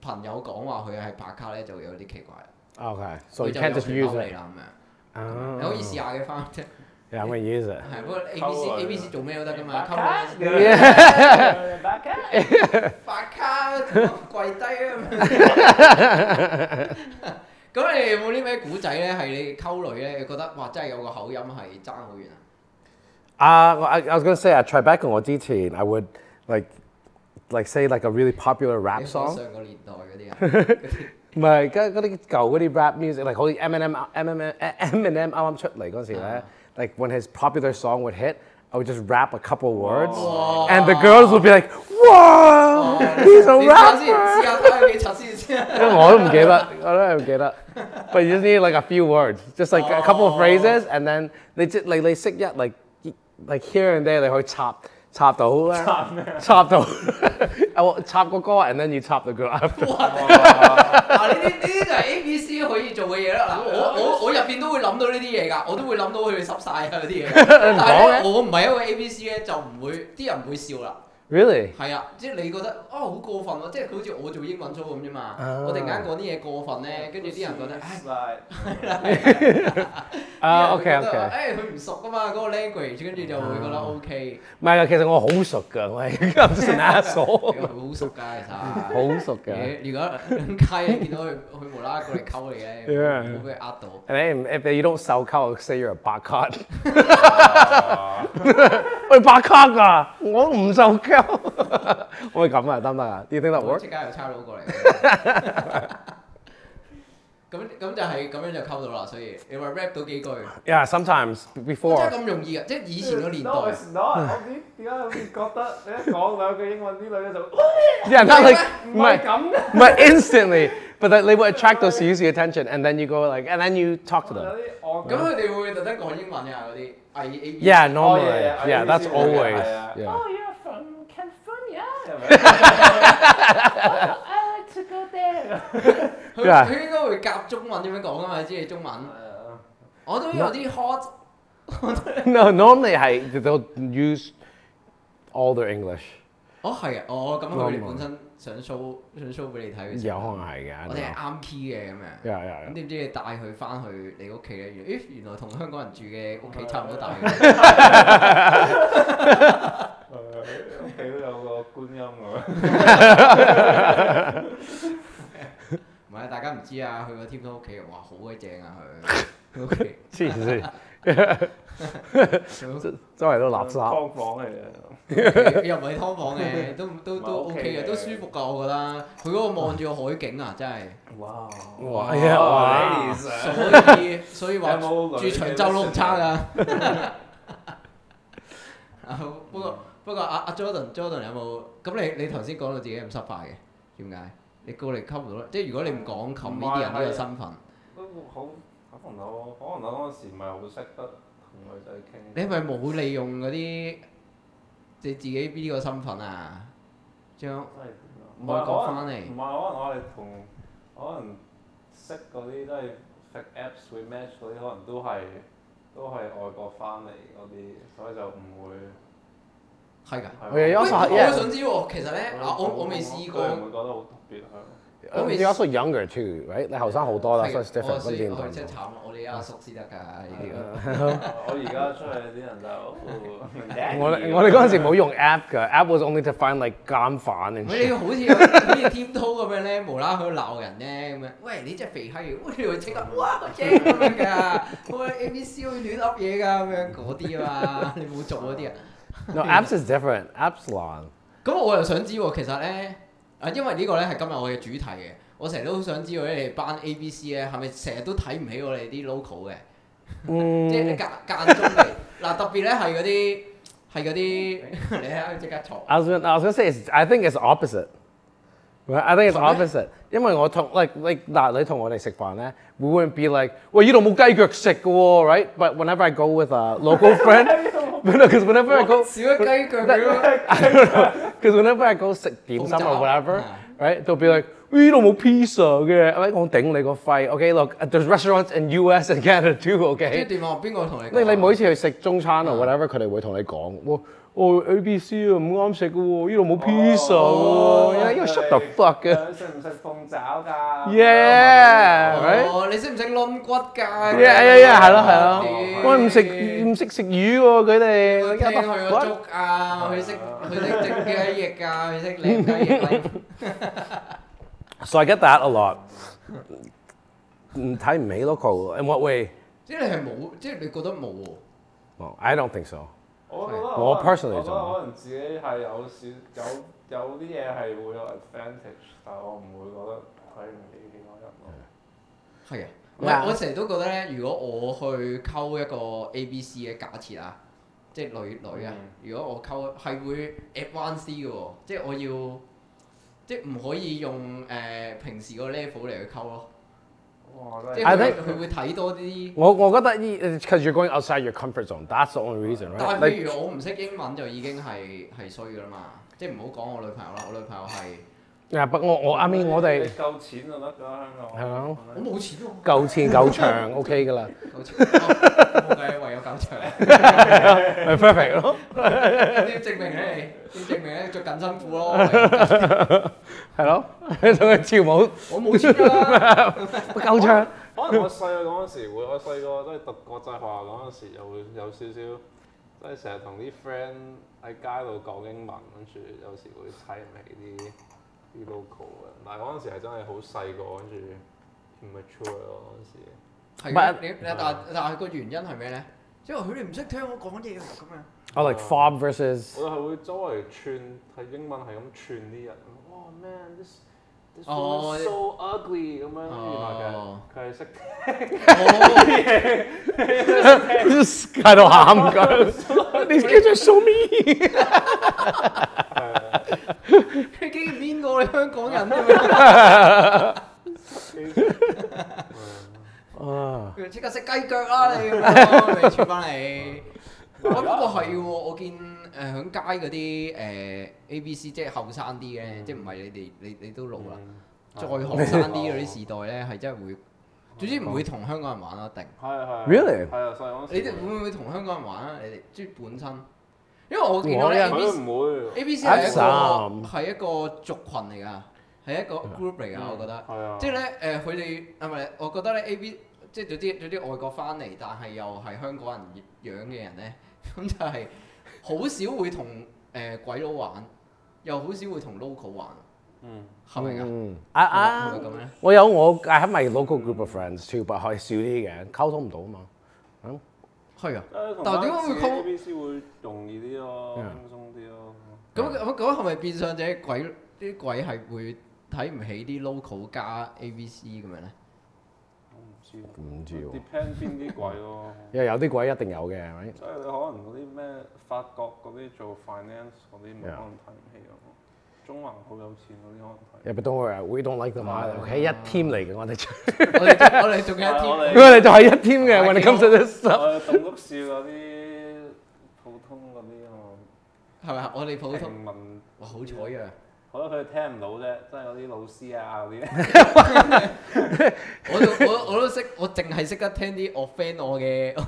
S1: 朋友講話佢係白卡咧，就有啲奇怪啦。
S3: OK，so
S1: 佢
S3: you
S1: 就
S3: can't just
S1: 有權
S3: use
S1: 嬲你
S3: it。
S1: 啦咁樣。
S3: 啊
S1: 你可以試下嘅翻，即
S3: Yeah, I'm gonna use it.
S1: 係不過 A
S4: 溝
S1: B
S4: 啊
S1: C A B C 做咩都得㗎嘛，溝
S4: 白
S1: 女
S4: 白卡。
S1: 白卡跪低啊！ 咁你有冇啲咩古仔咧？係你溝女咧，你覺得哇真係有個口音係爭好遠啊！
S3: Uh, well, I, I was gonna say at Tribeca or DT, I would like, like say like a really popular
S1: 你
S3: rap
S1: 講
S3: song.
S1: 上個年代嗰啲啊，
S3: My God, got to rap music like holy Eminem, Eminem, Eminem, I'm chut like gonna say that. Like when his popular song would hit, I would just rap a couple words,
S1: Wow.
S3: and the girls would be like,
S1: Oh,
S3: "Whoa, he's a
S1: 哦 你試下先，
S3: rapper."
S1: 試下睇佢幾柒先 先。
S3: I don't get up. I don't get up. But you just need like a few words, just like a couple of
S1: Oh.
S3: phrases, and then they just like they sick yet like like here and there they like chop chop the whole chop chop the I will chop the girl and then you chop the girl after.
S1: 嗱，啊呢啲呢啲就係 A B C 可以做嘅嘢啦。嗱，我 我我入邊都會諗到呢啲嘢㗎，我都會諗到佢哋濕晒啊嗰啲嘢。 但係咧，我唔係因為 A B C 咧，就唔會啲人唔會笑啦。
S3: Really?
S1: 係啊，即係你覺得啊好過分喎，即係佢好似我做英文 show 咁啫嘛。
S3: 啊
S1: 我突然間講啲嘢過分咧，跟住啲人覺得，唉， 啲
S3: Uh, okay,
S1: 人會覺得
S3: okay.
S1: 誒佢唔熟㗎嘛，嗰個 language，跟住就會覺得 OK，
S3: My God, like I'm just an
S1: 因為
S3: asshole.
S1: 佢好熟㗎其實。
S3: 好熟㗎。
S1: 你如 果兩街你見到佢佢無啦啦過嚟溝你咧，
S3: Yeah.
S1: 冇俾佢呃到。
S3: And then if you don't sell cow, say you're a bacot. 啊 喂，白卡㗎，我唔受教。可唔可以咁啊？得唔得啊？Do you think that
S1: 我
S3: works?
S1: 即刻有差佬過嚟。咁咁就係咁樣就溝到啦，所以你話 rap 到幾句，哇
S3: Yeah, sometimes
S1: 真
S3: before.
S1: 係咁容易㗎，即係以前個年代
S4: No, it's not. 我唔知點解好似覺得你一講兩句英文，啲女嘅就哦
S3: Yeah, not like
S4: 唔
S3: my
S4: 係咁嘅。
S3: but instantly. But that they would attract those who use the attention, and then you go like, and then you talk to
S4: 有
S3: them.
S4: 啲我
S1: 咁啊佢哋會唔會特登講英文啊嗰啲，I A B
S3: Yeah, normally. Oh, yeah,
S4: yeah, yeah, I usually
S3: that's
S4: do that,
S3: always.
S4: yeah.
S3: Yeah.
S5: Oh, you're from California.
S4: 係咪
S5: Oh, I like to go there.
S1: 佢
S3: Yeah.
S1: 佢應該會夾中文點樣講㗎嘛？知你中文，我都有啲 hot，
S3: No, normally I they'll use all their English.
S1: 哦係啊，哦咁佢哋
S3: 啱啊
S1: 本身想 show 想 show 俾你睇嘅時候，
S3: 有可能係嘅，I
S1: 我
S3: don't
S1: 哋係
S3: know.
S1: 啱 key 嘅咁樣。
S3: Yeah,
S4: 啊
S1: 咁
S3: yeah, yeah.
S1: 點知你帶佢翻去你屋企咧？原咦原來同香港人住嘅屋
S4: 啊
S1: 企差唔多大嘅，
S4: 誒屋企都有個觀音啊咁樣。
S1: 唔係啊大家唔知啊，去過添湯屋企，哇好鬼正啊 佢，佢屋企 佢
S3: 黐線，周圍都垃圾。
S4: 劏房嚟嘅。
S1: 屋企又唔係劏房 嘅，都都都
S4: 唔係
S1: OK 嘅，
S4: OK 嘅
S1: 都舒服㗎我覺得。佢嗰個望住個海景 啊，真係，
S4: 哇！
S3: 哇，
S4: 哇
S3: 哇。
S4: ladies 啊
S1: 所以所以話
S4: 有冇
S1: 住
S4: 女
S1: 長
S4: 嘅
S1: 洲都唔差㗎。 啊不過
S4: 嗯
S1: 不過阿阿 Jordan Jordan 有冇？咁你你頭先講到自己咁失敗嘅，點解？你過嚟溝唔到咧？即係如果你唔
S4: 嗯
S1: 講求呢啲人呢個身份，
S4: 都好可能我可能我嗰陣時唔係好識得同女仔
S1: 你
S4: 傾。
S1: 係咪冇利用嗰啲你自己呢個身份啊？將
S4: 真係點啊
S1: 唔係講返嚟
S4: 唔係可能我哋同可能識嗰啲都係 fake apps 會 match 嗰啲，可能都係都係外國翻嚟嗰啲，所以就唔會。
S1: 係㗎。
S4: 係
S3: Okay,
S1: 喂
S3: you
S1: 我
S3: also- yeah.
S1: 想知喎，其實咧，啊我我未試過
S4: 佢，唔會覺得好特別係。
S1: 我未
S3: You're also younger too, right? 你後生好多啦，
S1: 係
S3: so it's
S1: 嘅我
S3: different.
S1: 所以我真係
S3: 嗰啲唔同。
S1: 慘啦，我哋阿叔先得㗎呢啲。
S4: 我而家出去啲人就哦
S3: 啊我哋我哋嗰陣時冇用 app 㗎，app was only to find like 奸犯
S1: 唔
S3: and
S1: 係你
S3: shit。
S1: 好似有好似添滔咁樣咧，無啦啦喺度鬧人咧咁樣，喂你真係肥閪嘅，喂你會即刻哇個正咁樣㗎，我 A B C 會亂噏嘢㗎咁樣嗰啲啊嘛，你冇做嗰啲啊？
S3: No, apps is different. Apps long.
S1: 咁我又想知喎，其實咧啊，因為呢個咧係今日我嘅主題嘅，我成日都好想知道咧，你哋班 A B C 咧係咪成日都睇唔起我哋啲 local 嘅？即係你間間中嚟嗱，特別咧係嗰啲係嗰啲你睇佢即刻嘈。
S3: I was gonna, I was gonna say it's, I think it's opposite. Right? I think it's
S1: 係咩？
S3: opposite. 因為我同 like like 嗱你同我哋食飯咧，we wouldn't be like，喂呢度冇雞腳食嘅喎，right? But whenever I go with a local friend，because whenever I go
S1: 少咗雞腳俾我
S3: because whenever I go 食點心
S1: 鳳爪
S3: or whatever，
S1: 啊
S3: right? They'll be like，喂呢度冇 pizza 嘅，I'm like "Oh, 我頂你個肺。Okay, look, uh, there's restaurants in US and Canada too.
S1: 即
S3: Okay.
S1: 係點啊？邊個同你講啊？
S3: 你你每次去食中餐啊 whatever，佢哋會同你講，我我 "Oh, A B C uh, 啊唔啱食嘅喎，呢度
S4: Oh.
S3: 冇 pizza uh."
S4: 哦
S3: 喎，因為因為 shut the fuck 嘅
S4: 食唔食鳳爪㗎
S3: ，yeah，right，
S1: 哦，你識唔識攆骨㗎？
S3: yeah yeah yeah，係咯係咯
S1: 屌，
S3: 我唔食唔識食魚喎，佢哋
S1: 佢聽佢個
S3: what the fuck？
S1: 粥啊，佢識佢識整雞翼啊，佢識舐雞翼 啊。
S3: ，so I get that a lot，唔 Mm, 睇唔起 local，in what way？Well,
S1: 即係你係冇，即係你覺得冇喎。
S3: I don't think so。
S4: 我覺得可能
S3: 我 personally
S4: 我覺得
S3: 就
S4: 可能自己係有少有有啲嘢係會有 advantage，但係我唔會覺得睇唔起其他
S1: 係
S4: 人咯。
S1: 啊，唔係我成日都覺得咧，如果我去溝一個 A、B、C 嘅假設啊，即係女女啊
S4: 嗯，
S1: 如果我溝係會 advance 啲嘅喎，即係我要即係唔可以用誒平時個 level 嚟去溝咯，
S4: 哇！真
S1: 即
S4: 係
S1: 係
S3: 係
S1: 佢
S3: 咧
S1: 佢會睇多啲。
S3: 我我覺得 because you're going outside your comfort zone. That's the only reason,
S1: 但
S3: right?
S1: 係
S3: Like
S1: 譬如我唔識英文就已經係係衰㗎啦嘛，即係唔好講我女朋友啦，我女朋友係
S3: yeah, but 我我 I mean 我
S4: 你
S3: 哋
S4: 夠錢就得㗎，香港
S3: 係 咯
S1: 我冇錢喎，
S3: 夠錢夠長 OK 㗎啦。
S1: 夠錢哦冇計，唯有搞長。
S3: 咪 perfect 咯，
S1: 點證明咧？點證明咧？着緊辛苦咯，唯有搞
S3: 係咯，同佢跳舞
S1: 我冇錢㗎啦。
S3: 不夠唱，
S4: 可能我細個嗰陣時會，我細個都係讀國際學校嗰陣時，又會有少少，即係成日同啲 friend 喺街度講英文，跟住有時會睇唔起啲啲 local 嘅。但係嗰陣時係真係好細個，跟住 immature 咯嗰陣時。
S1: 係
S3: 唔係
S1: 嘅，你但但係個原因係咩咧？因為佢哋唔識聽我講嘢喎，啊咁樣。
S3: 我 like fob versus
S4: 我係會周圍串，係英文係咁串啲人。哇、oh、man，this This
S1: 哦
S4: one's so ugly 咁樣，原來
S1: 哦
S4: 佢佢係識
S3: 喺度喊緊，你叫做 show me，
S1: 你竟然邊個？你香港人啊啫 嘛？佢即刻食雞腳啦！你咁樣咪傳翻嚟。 喂，不過係喎，我見誒響街嗰啲誒 A B C 即係後生啲嘅，即係唔係你哋你你都老啦，
S4: 嗯
S1: 再後生啲嗰啲時代咧係真係會，總之唔會同香港人玩啦，一定。
S4: 係係
S3: Really？
S4: 係啊，細個嗰時
S1: 你哋會唔會同香港人玩啊？你哋即係本身，因為我見到
S3: 我
S1: 咧 A
S3: 咧
S1: B C
S4: 佢唔會
S1: A B C 係一個
S3: 啱
S1: 係一個族群嚟㗎，係一
S3: 嗯
S1: 個 group 嚟㗎，我覺得。
S4: 係啊，
S1: 即係咧誒，佢哋啊唔係，我覺得咧 A B 即係總之總之外國翻嚟，但係又係香港人養嘅人咧， 咁就係好少會同誒、鬼佬玩，又好少會同 local 玩，
S4: 嗯
S1: 係咪㗎？
S3: 嗯啊
S1: 係
S3: 啊
S1: 咪！咁咧？
S3: 我有我 I have my local group of friends too，but 係少啲嘅，溝通唔到啊嘛。
S1: 係啊。但
S4: 但
S1: 係點解會 call-
S4: A B C 會容易啲咯，
S3: 嗯
S4: 輕鬆啲咯。
S1: 咁
S3: 啊
S1: 咁咁係咪變相者鬼啲鬼係會睇唔起啲 local 加 A B C 咁樣咧？
S4: 我唔知喎
S3: 唔知喎，
S4: ，depend 邊啲鬼咯。
S3: 因為有啲鬼一定有嘅，right？
S4: 即係你可能嗰啲咩法國嗰啲做 finance 嗰啲，咪可
S3: Yeah
S4: 能睇唔起咯。中環好有錢嗰啲 可
S3: Yeah, but don't worry, we don't like them either. Okay，一 team 嚟嘅，我哋，
S1: 我哋我哋仲有一 team
S3: 我哋
S4: 能睇唔起。
S3: 就係一 team 嘅。When it comes to this stuff，
S4: 我哋啊棟篤笑嗰啲普通嗰啲啊
S1: 係咪啊？我哋普
S4: 嘛，
S1: 通
S4: 平民，
S1: 哇好彩啊！
S4: 可能佢哋聽唔到啫，即係嗰啲老師啊嗰 啲。
S1: 我都我我都識，我淨係識得聽啲 offend 我嘅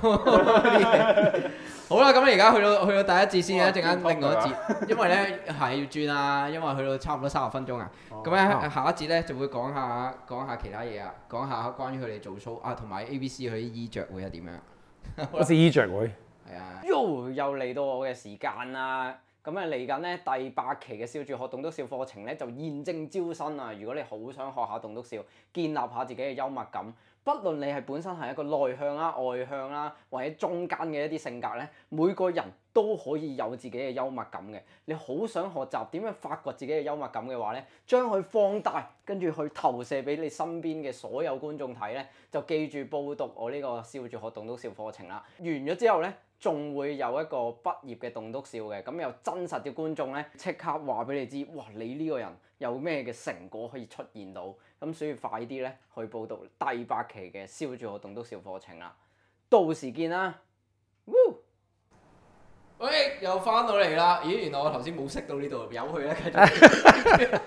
S1: 好啦，咁而家去到去到第一節先啊，一陣間另外一節，因為咧係要轉啊，因為去到差唔多三十分鐘啊。咁咧
S3: 哦
S1: 下一節咧就會講下講下其他嘢啊，講下關於佢哋做 show 啊，同埋 A B C 佢啲衣着會係點樣？
S3: 好似衣着會。
S1: 係啊。
S2: Yo，又嚟到我嘅時間啦！咁啊嚟緊咧第八期嘅笑住學棟篤笑課程咧就現正招生啊！如果你好想學下棟篤笑，建立下自己嘅幽默感，不論你係本身係一個內向啦、外向啦，或者中間嘅一啲性格咧，每個人都可以有自己嘅幽默感嘅。你好想學習點樣發掘自己嘅幽默感嘅話咧，將佢放大，跟住去投射俾你身邊嘅所有觀眾睇咧，就記住報讀我呢個笑住學棟篤笑課程啦。完咗之後咧，仲會有一個畢業嘅棟篤笑嘅，咁有真實嘅觀眾咧，即刻話俾你知，哇！你呢個人有咩嘅成果可以出現到？咁所以快啲咧去報讀第八期嘅笑住學棟篤笑課程啦，到時見啦。Woo！
S1: 喂，又翻到嚟啦！咦，原來我頭先冇識到呢度，由佢啦，繼續。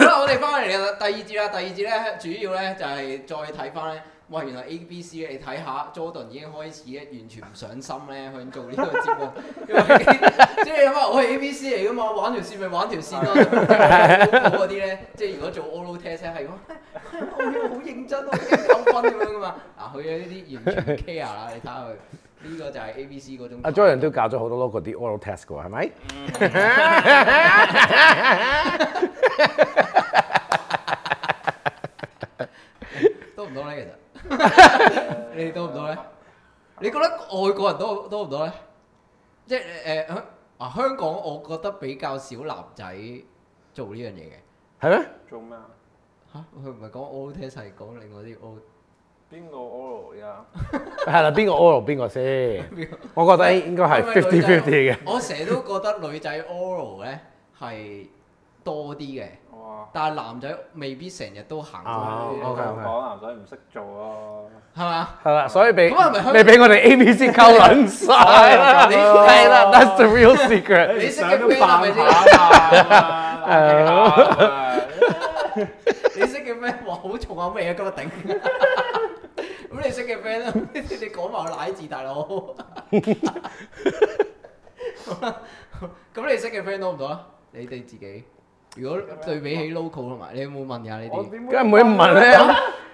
S1: 好啦，我哋翻嚟啦，第二節啦，第二節咧，主要咧就係再睇翻咧，哇，原來 A、B、C 你睇下，Jordan 已經開始咧，完全唔上心咧，去做呢個節目，因為 即係因為啊我係 A、B、C 嚟噶嘛，玩條線咪玩條線咯，冇嗰啲咧，即係如果做 oral test 咧係咁，我要好認真，我要扣分咁樣噶嘛，嗱，佢呢啲完全唔 care 啦，你睇下佢。呢個就係 A、B、C 嗰種。
S3: 阿 Jordan 都教咗好多 local 啲 oral test 嘅喎，係咪？
S1: 多唔多咧？其實你哋多唔多咧？你覺得外國人多多唔多咧？即係誒香啊香港，我覺得比較少男仔做呢樣嘢嘅
S3: 係咩？
S4: 做咩啊？
S1: 嚇。佢唔係講 O T 係講另外啲 O，
S4: 邊個 oral 呀？
S3: 係啦，邊個 oral 邊個先？我覺得應該係
S1: 因為女
S3: fifty
S1: 仔
S3: fifty 嘅。
S1: 我成日都覺得女仔 oral 咧係多啲嘅，
S4: 哇！
S1: 但係男仔未必成日都行
S3: 啊
S1: 過去，
S3: OK，OK
S4: 講男仔唔識做啊咯。
S1: 係嘛？
S3: 係啦，所以俾
S1: 咁係咪香港
S3: 你俾 我哋 A B C 溝撚晒啦，
S1: 你
S3: 係啦，That's the real secret。
S1: 你識
S4: 想
S1: 嘅
S4: 都
S1: friend 係
S4: 扮
S1: 咪
S4: 下
S1: 先？
S4: 嘛，
S1: 你識嘅 friend 話好重口味啊，今日頂。咁你識嘅 friend 啦， 你講埋個奶字，大佬。好啦咁你識嘅 friend 多唔多啊？你哋自己，如果對比起 local 同埋，你有冇問下你
S4: 我
S1: 哋？
S4: 點
S3: 梗係唔會問 咧，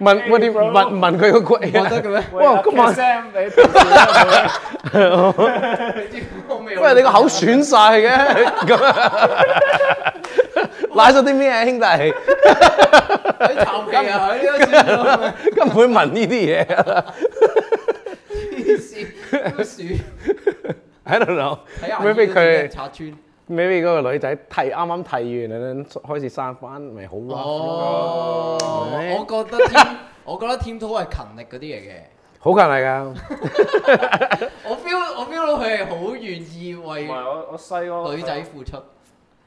S3: 問我哋
S4: bro
S3: 問問佢個鬼
S1: 覺得嘅咩？
S3: 哇今晚
S4: Sam 你同 事
S1: 你知我未有
S3: 喂，你個口損晒嘅， 咁拉咗啲咩啊，兄弟？
S1: 喺臭屁啊！呢個算啦
S3: 根本問呢啲嘢
S1: 黐線，都算
S3: ，I don't know，
S1: 睇下
S3: 會唔會俾佢
S1: 拆穿。
S3: maybe 嗰個女仔剃啱啱剃完，然後開始生翻，咪好 rough 咯，
S1: 哦，
S3: 係
S1: 我覺得添，我覺得添土係勤力嗰啲嚟嘅。
S3: 好近嚟㗎。
S1: 我 feel 我 feel 到佢係好願意
S4: 唔係
S1: 為
S4: 我我細個
S1: 女仔付出。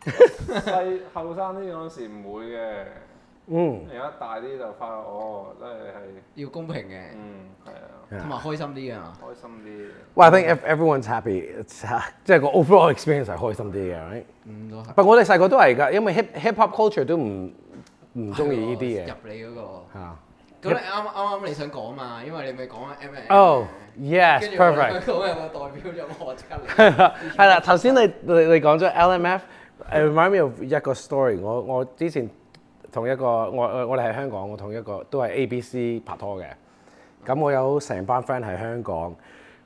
S4: 細後生啲嗰陣時唔會嘅，
S3: 嗯，
S4: 而家大啲就發覺哦，真係係
S1: 要公平嘅，
S4: 嗯係啊，
S1: 同埋開心啲嘅嘛。
S4: 開心啲。
S3: Well, I think if everyone's happy, it's ha- 即係個 overall experience 係開心啲嘅，right？
S1: 嗯，都係。
S3: 不過我哋細個都係㗎，因為 hip hip hop culture 都唔唔中意呢啲嘢
S1: 入你嗰個。
S3: 嚇。
S1: 咁你啱啱啱你想講嘛？因為你咪講緊 M M。
S3: Oh, yes,
S1: 跟住我
S3: perfect.
S1: 香港有個代表咗我即刻嚟。
S3: 係 啦，頭先你你你講咗 LMF，誒 remind me of 一個 story 我。我之前同一個我我我哋喺香港，我同一個都係 ABC 拍拖嘅。咁我有成班 friend 喺香港，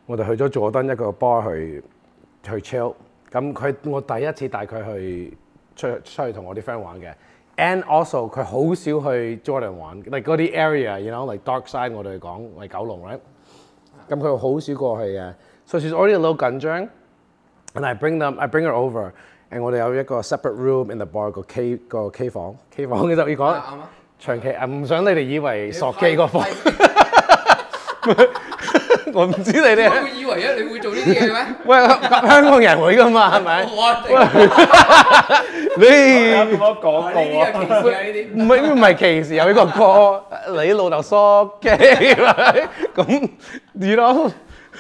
S3: 我哋去咗佐敦一個 bar 去去 chill。咁佢我第一次帶佢去出出去同我啲 friend 玩嘅。And also 佢好少去 Jordan 玩，like 嗰啲 area，you know，like dark side 我哋講，嚟九龍 right。咁佢好少過去嘅，so she's already a little 緊張。And I bring them, I bring her over, and 我哋有一個 separate room in the bar 個 K 個 K 房，K 房嘅就要講
S1: 啱啊！
S3: 長期，啊唔想你哋以為索機個房，我唔知你
S1: 你
S3: 哋，
S1: 會以為啊，你會做呢啲嘢 嘅咩？
S3: 喂香港人會噶嘛係咪？
S1: 我一定呢
S3: 你
S4: 咁多廣
S1: 啲係歧視啊！呢啲。
S3: 唔係唔係歧視有呢個歌，你老豆索機咁，you know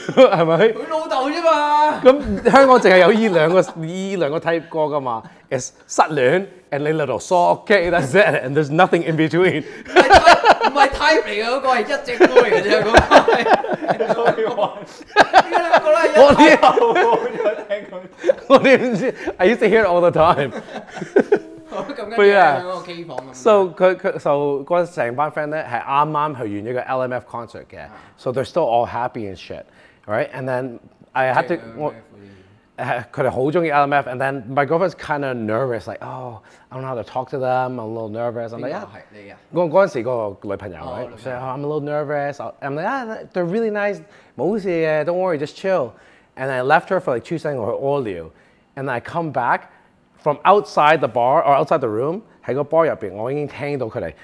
S3: 係咪？
S1: 佢老豆啫嘛。
S3: 咁香港淨係有依兩個依兩個 type 歌噶嘛，is 失戀 and 你 little soft k that's it and there's nothing in between。
S1: 唔係 type 嚟嘅嗰個係一隻歌嚟嘅 啫，嗰個係呢兩個咧
S3: 我
S1: 一
S3: 啲
S4: 我有聽
S3: 我啲唔知，I used to hear it all the time。
S1: 咁跟住
S3: 佢啊
S1: 喺個 K 房咁。
S3: So 佢佢 so 嗰成班 friend 咧係啱啱去完一個 LMF concert 嘅，so they're still all happy and shit。Right and then I had
S1: ờ,
S3: to 我。 誒佢哋好中意 LMF and then my girlfriend's kind of nervous like oh I don't know how to talk to them I'm a little nervous I'm
S1: 你
S3: like
S1: 啊
S3: yeah，
S1: 係你啊，
S3: 我嗰陣時嗰個女朋友
S1: 哦
S3: 咧
S1: 女朋友
S3: ，she said, "Oh, I'm a little nervous. I'm like, ah, they're really nice. 冇事嘅，don't worry, just chill. And I left her for like two seconds or all you. And I come back from outside the bar or outside the room 喺個 bar 入邊，我已經聽到佢哋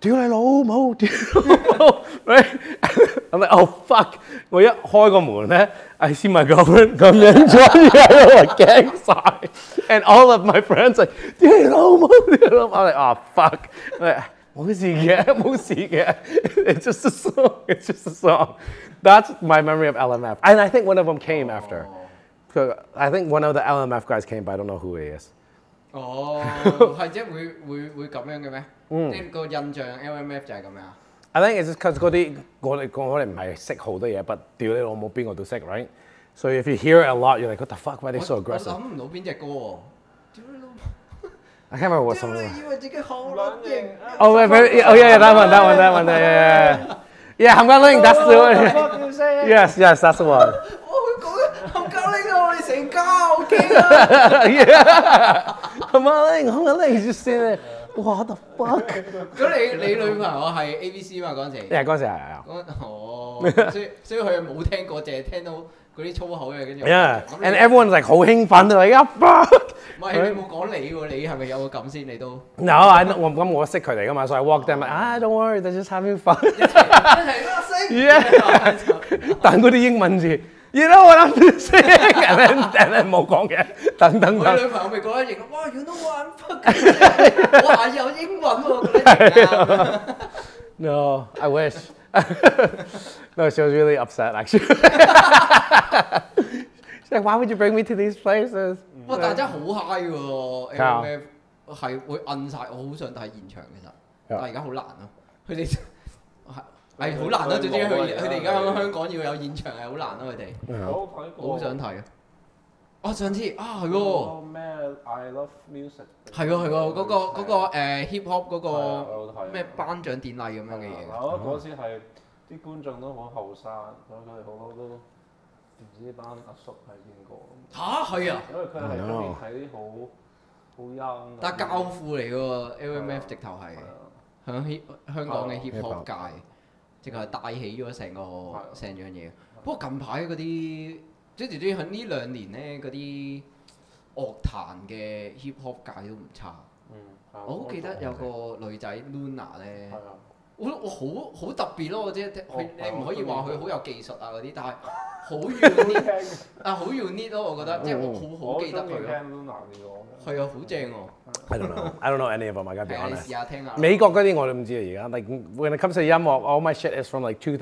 S3: 屌你老母， 屌你老母 right? I'm like, oh fuck！我一開個門咧，I see my girlfriend 咁樣 裝嘢喺度，我驚晒。And all of my friends like 屌你老母，屌你老母，I'm like, oh fuck！I'm like, 冇事嘅， 冇事嘅。It's just a song. It's just a song. That's my memory of LMF. And I think one of them came after. So I think one of the LMF guys came, but I don't know who he is.
S1: 哦，係即係會會會咁樣嘅咩？
S3: Ừ.
S1: 即係個印象 LMF 就係咁樣啊。
S3: I think it's just because 嗰啲我哋我哋唔係識好多嘢，but 屌你老母邊個都識，right? So if you hear it a lot, you're like, what the fuck? Why they
S1: 我
S3: so
S1: 我
S3: aggressive?
S1: 諗唔到邊只歌喎。屌你老母
S3: I can't remember what
S1: 屌
S3: song. it was.
S1: 你以為自己好撚型？
S3: Oh, wait, wait, oh yeah, yeah, that one, that one, that one. Yeah, yeah, yeah. Yeah, I'm gonna link. That's the one.
S4: 佢。聲
S3: Yes, yes, that's the one.
S1: 我去講冚家拎啊！我哋成家 OK 啊！
S3: yeah. I'm gonna link. I'm gonna link. He's just sitting there. What the fuck?
S1: 咁你你女朋友係 ABC 嘛嗰陣時？
S3: Yeah, 嗰陣時係係啊。
S1: 嗰 哦，所以所以佢冇聽過，淨係聽到嗰啲粗口嘅，跟住
S3: Yeah,
S1: 咁你
S3: and Ừ. everyone's like 好興奮，they're like yeah fuck。
S1: 唔係你冇講你喎，你係咪有個咁先？你 都
S3: No, I know- 我咁我識佢哋噶嘛，so I walk them like ah don't worry, they're just having fun
S1: 一。係啦，識
S3: Yeah 但嗰啲英文字，you know what I'm saying？and then and then 冇講嘅，等等
S1: 我
S3: 等。
S1: 女朋友咪覺得型，哇，you know what I'm fucking，哇有英文喎，覺得型啊
S3: No, I wish. no, she was really upset actually. She's like, why would you bring me to these places?
S1: 哇，但係真係好 high 喎
S3: 係啊
S1: ，LMF 係會摁晒，我好想睇現場其實，但係而家好難啊，佢哋係好難啦，總之佢佢哋而家喺香港要有現場係好難啦，佢哋
S4: 我睇過。
S1: 我好想睇啊！我上次啊，係
S4: 嗰
S1: 喎。
S4: 個咩？I love music。
S1: 係喎係喎，嗰個嗰個誒 hip hop 嗰
S4: 係啊我有
S1: 個
S4: 睇啊
S1: 咩頒獎典禮咁樣嘅
S4: 係
S1: 嘢
S4: 啊。我覺得嗰時係啲觀眾都好後生，所以佢哋好多都唔知班阿叔係邊個，
S1: 吓？係啊，
S4: 因為佢哋係中意睇啲好好 young 啊
S1: 但係教父嚟嘅喎，LMF 直頭係
S4: 係啊
S1: 響 hip 香港嘅 hip hop
S3: hip hop
S1: 界，直頭係帶起咗成個成樣嘢。不過近排嗰啲，即係最主要喺呢兩年咧，嗰啲樂壇嘅 hip hop 界都唔差。
S4: 嗯，
S1: 我好記得有個女仔 Luna 咧
S4: 係。啊，
S1: 我覺得我好好特別咯，我即係佢
S4: 哦
S1: 你唔可以話佢好有技術啊嗰啲，但係好 unique
S4: 聽
S1: 啊，好 unique 咯，我覺
S4: 嗯
S1: 得即係我好好記得
S4: 我中
S1: 佢啊
S4: 意聽
S1: 咯，
S4: Luna 呢個嘅，
S1: 係啊，好正喎，
S3: I don't know. I don't know any of them. I gotta be
S1: 係啊，你試
S3: honest.
S1: 下聽下。
S3: 美國嗰啲我都唔知啊，而家 like when it comes to 音樂，all my shit is from like 2008。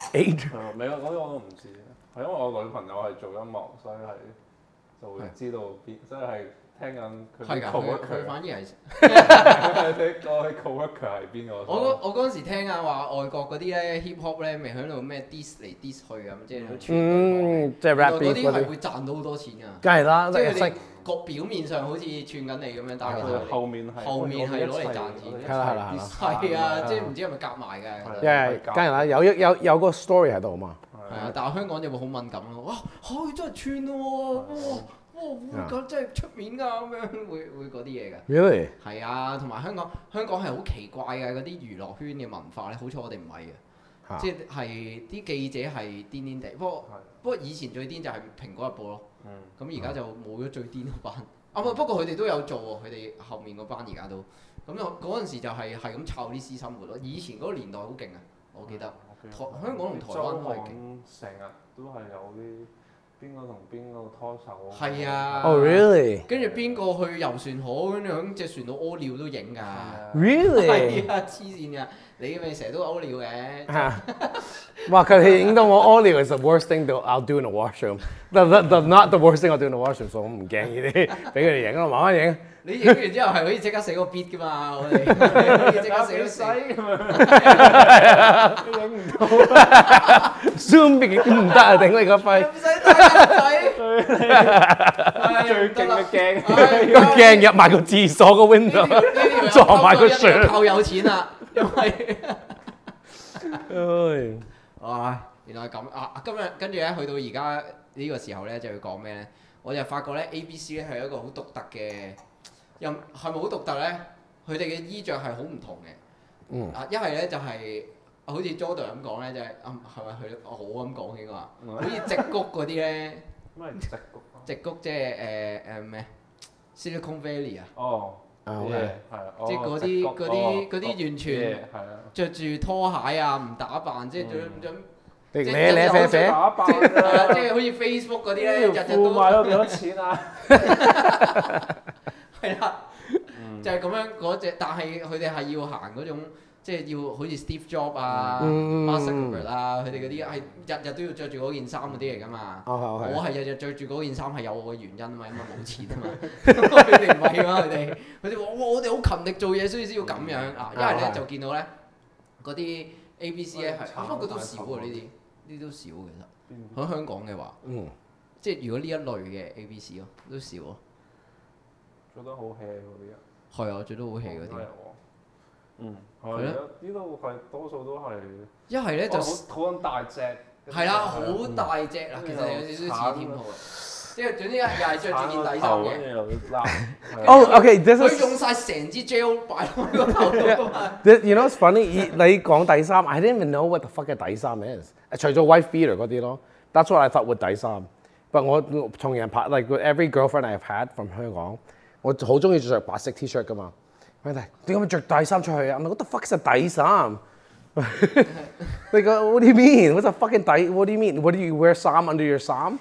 S4: 係啊，美國嗰啲我都唔知，係因為我女朋友係做音樂，所以係就會
S1: 係
S4: 知道邊，即係聽緊佢
S1: 係㗎，
S4: 啲
S1: 佢佢
S4: co-worker，
S1: 反而係
S4: 你嗰啲 co-worker 係邊個？
S1: 我嗰我嗰陣時聽啊話外國嗰啲咧 hip hop 咧，咪喺度咩 diss 嚟 diss 去啊咁，即係好
S3: 嗯
S1: 串，
S3: 即係
S1: 對
S3: rap
S1: 方嘅
S3: beef
S1: Mm，原來嗰啲係
S3: 嗰啲，
S1: 會賺到好多錢㗎，
S3: 梗係啦，
S1: 即
S3: 即
S1: 係
S3: 係
S1: 你個表面上好似串緊你咁樣，但係其實
S4: 佢
S1: 你
S4: 後面係
S1: 後面係攞嚟賺錢嘅
S4: 嘅，
S3: 係啦係啦係啦
S1: 係啊，即係唔知係咪夾埋㗎。
S4: 係
S3: 因為梗係啦，有一有有個 story 喺度嘛。
S1: 係啊，但係香港就會好敏感咯。哇，嚇佢真係串咯喎，哇哇
S3: 啊
S1: 咁真係出面㗎咁樣， 會會嗰啲嘢㗎。
S3: Really？
S1: 係啊，同埋香港香港係好奇怪嘅嗰啲娛樂圈嘅文化咧，好彩我哋唔係
S3: 嚇
S1: 嘅，即係啲記者係癲癲地。不過不過以前最癲就係蘋果日報咯，
S4: 嗯
S1: 咁而家就冇咗最癲嗰班。啊不不過佢哋都有做喎，佢哋後面嗰班而家都咁就嗰陣時就係係咁抄啲私生活咯。以前嗰個年代好勁啊，我記得。
S4: 台
S1: 台香港同台灣都係
S4: 成日都係有啲邊個同邊個拖手。
S1: 係啊
S3: 哦，really？
S1: 跟住邊個去遊船河跟住喺隻船度屙尿都影㗎。
S3: Really？
S1: 係啊，黐線㗎！你咪成日都屙尿嘅。
S3: 嚇！哇！佢哋影到我 Ollie is the worst thing that I'll do in the washroom. The, the, the not the worst thing I'll do in the washroom. So 我唔驚呢啲， 俾佢哋影咯，慢慢影。
S1: 你影完之後係可以即刻寫個 bit 㗎嘛？我 哋可以即刻寫
S4: 死
S1: 個
S4: 咁樣， 影唔
S3: Zoom 唔得啊！頂你個肺！
S1: 唔使睇 仔，
S4: 到最勁嘅鏡，
S1: 哎
S3: 個鏡入埋個廁所個 window，撞埋個船
S1: 夠有錢啊啦，因為
S3: 唉
S1: 唉，原來係咁啊！今日跟住咧，去到而家呢個時候咧，就要講咩咧？我就發覺咧，A B C 咧係一個好獨特嘅，又係咪好獨特咧？佢哋嘅衣着係好唔同嘅。
S3: 嗯
S1: 啊，一係咧就係、好似 Jordan 咁講咧，就係、啊係咪佢我咁講應該話，好似直谷嗰啲咧，
S4: 咩直谷啊？
S1: 直谷即係誒誒咩 Silicon Valley 啊，
S4: 哦，
S3: 啊
S4: 係
S3: ，OK
S4: 啊，
S1: 即係嗰啲嗰啲嗰啲完全
S4: 哦係啊，
S1: 着住拖鞋啊，唔打扮，即係
S4: 嗯
S1: 準準
S3: 你咧咧啡啡，
S4: 打扮
S1: 係
S4: 啊，
S1: 啦即係好似 Facebook 嗰啲咧，日
S4: 呢條
S1: 日
S4: 嗯褲
S1: 都
S4: 賣咗幾多錢 啊？
S1: 係啦，就係咁樣嗰只，但係佢哋係要行嗰種，即係要好似 Steve Jobs 啊、
S3: 嗯
S1: Mark Zuckerberg 啊，佢哋嗰啲係日日都要着住嗰件衫嗰啲嚟㗎嘛。
S3: 哦係
S1: 我
S3: 係，
S1: 係日日着住嗰件衫係有我嘅原因啊嘛，因為冇錢啊嘛。佢哋唔係嘛，佢哋佢哋話哇我哋好勤力做嘢，所以先要咁樣啊。一係咧
S3: 係
S1: 就見到咧嗰啲 A、B、C 咧係，啊
S4: 慘
S1: 不過都少啊呢啲，呢啲都少嘅其實。喺香港嘅話，
S3: 嗯，
S1: 即係如果呢一類嘅 A、B、C 咯，都少啊。
S4: 做得好 hea 嗰啲人。
S1: 係啊，最多好
S4: 哦
S1: hea 嗰啲。
S4: 嗯，係
S1: 係
S4: 啊，呢度係多數都係
S1: 一係咧就
S4: 哇好好撚大隻，
S1: 係
S4: 啊
S1: 啦，好大隻啊，其實有少少似添好啊。啊即係總之又係着住件底衫
S4: 頭
S1: 嘅，
S4: 跟住又拉。
S3: 哦，OK，this
S1: 佢
S3: Oh, is
S1: 用晒成支 gel 擺喺個頭度 啊嘛。
S3: Th- You know, it's funny. 以你講底衫，I didn't even know what the fuck 嘅底衫 is。除咗 wife beater 嗰啲咯，that's what I thought with 底衫。但我我同人拍，like with every girlfriend I've had from 香港，我好中意着白色 T-shirt 噶嘛。佢哋點解着底衫出去啊？我覺得 fuck 實底衫。 你個 uh, what do you mean? What's a fucking 底？What do you mean? What do you wear 衫 under your 衫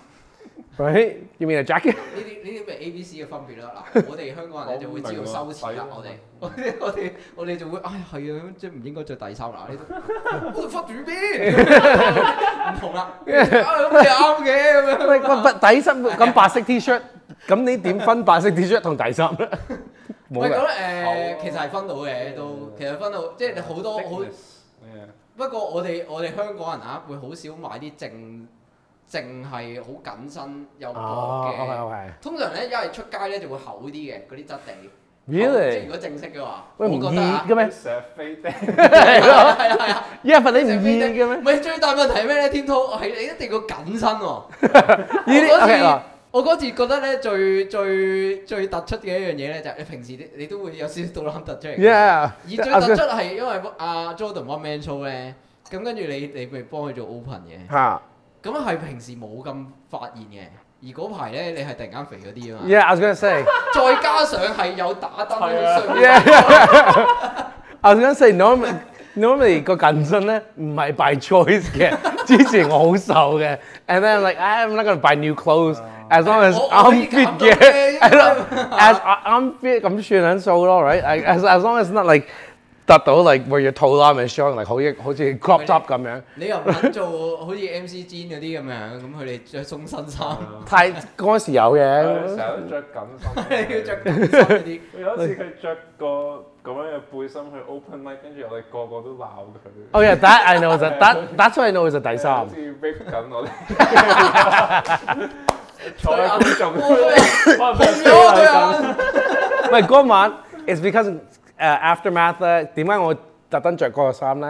S3: ？Right? You mean a jacket?
S1: 呢啲呢啲咪 A、B、C 嘅分別啦。 嗱，我哋香港人咧就會知道羞恥啦。我哋啊我哋 我哋我哋就會，唉係啊，即係唔應該着底衫啦。呢 度我哋忽住邊唔同 啦。啊咁你啱嘅咁樣。
S3: 喂，喂底衫咁白色 T-shirt，咁你點分白色 T-shirt 同底衫咧？冇
S1: 喂，
S3: 㗎。
S1: 咁誒其實係分到嘅，都其實分到，即係你好多好。不過我哋我哋香港人啊，會好少買啲正正係好緊身又薄
S3: 哦
S1: 嘅。
S3: ，OK，OK。
S1: 通常咧，一係出街咧就會厚啲嘅嗰啲質地。
S3: Really？
S1: 即係如果正式嘅話，
S3: 喂，
S1: 我
S3: 唔
S1: 覺
S3: 熱
S1: 得啊
S3: 嘅咩？
S4: 成日飛 釘，
S1: 係咯，係啊，係啊。
S3: 一份你唔
S1: 成
S3: 熱
S1: 飛
S3: 嘅
S1: 釘
S3: 咩？
S1: 唔係最大問題係咩咧？天滔係你一定要緊身喎。
S3: 呢啲 OK 啊嗱，
S1: 我嗰次覺得咧最最最突出嘅一樣嘢咧，就係你平時你你都會有少少肚腩突出嚟嘅。
S3: yeah，
S1: 而最突出係因為阿 Jordan One Man Show 咧，咁跟住你你咪幫佢做 open 嘅，
S3: 嚇
S1: 咁係平時冇咁發現嘅。而嗰排咧，你係突然間肥咗啲啊嘛，
S3: Yeah, I was gonna say.
S1: 再加上係有打燈
S4: 係
S1: 喺
S4: 啊
S1: 上面，
S3: Yeah. I was gonna say normally normally 個近身咧唔係 by choice 嘅，之前我好瘦嘅，and then I'm like I'm not gonna buy new clothes as long as
S1: 我我可
S3: I'm
S1: 以減
S3: fit
S1: 到
S3: 嘅。
S1: 嘅，
S3: I don't- as I- I'm fit 咁算緊數咯，right? I- As as long as not like 達到 like where your toe line is showing like 好似好似 crop top 咁樣，
S1: 你又唔肯做好似 MC 堅嗰啲咁樣，咁佢哋着鬆身衫，
S3: 太嗰陣時有 嘅。
S4: 成日都着緊身
S1: 你 要
S4: 嘅。
S1: 着緊身嗰 啲。
S4: 有一次佢着個咁樣嘅背心去 open mic，跟住我哋個個都鬧佢。
S3: Oh yeah, that I know that that that's what I know is a 第三
S4: 好。似 rape 緊我哋。 坐喺 觀眾，
S1: 我都 有，
S3: 唔係嗰晚，is because 誒 aftermath uh, 咧，點解我特登着嗰個衫咧？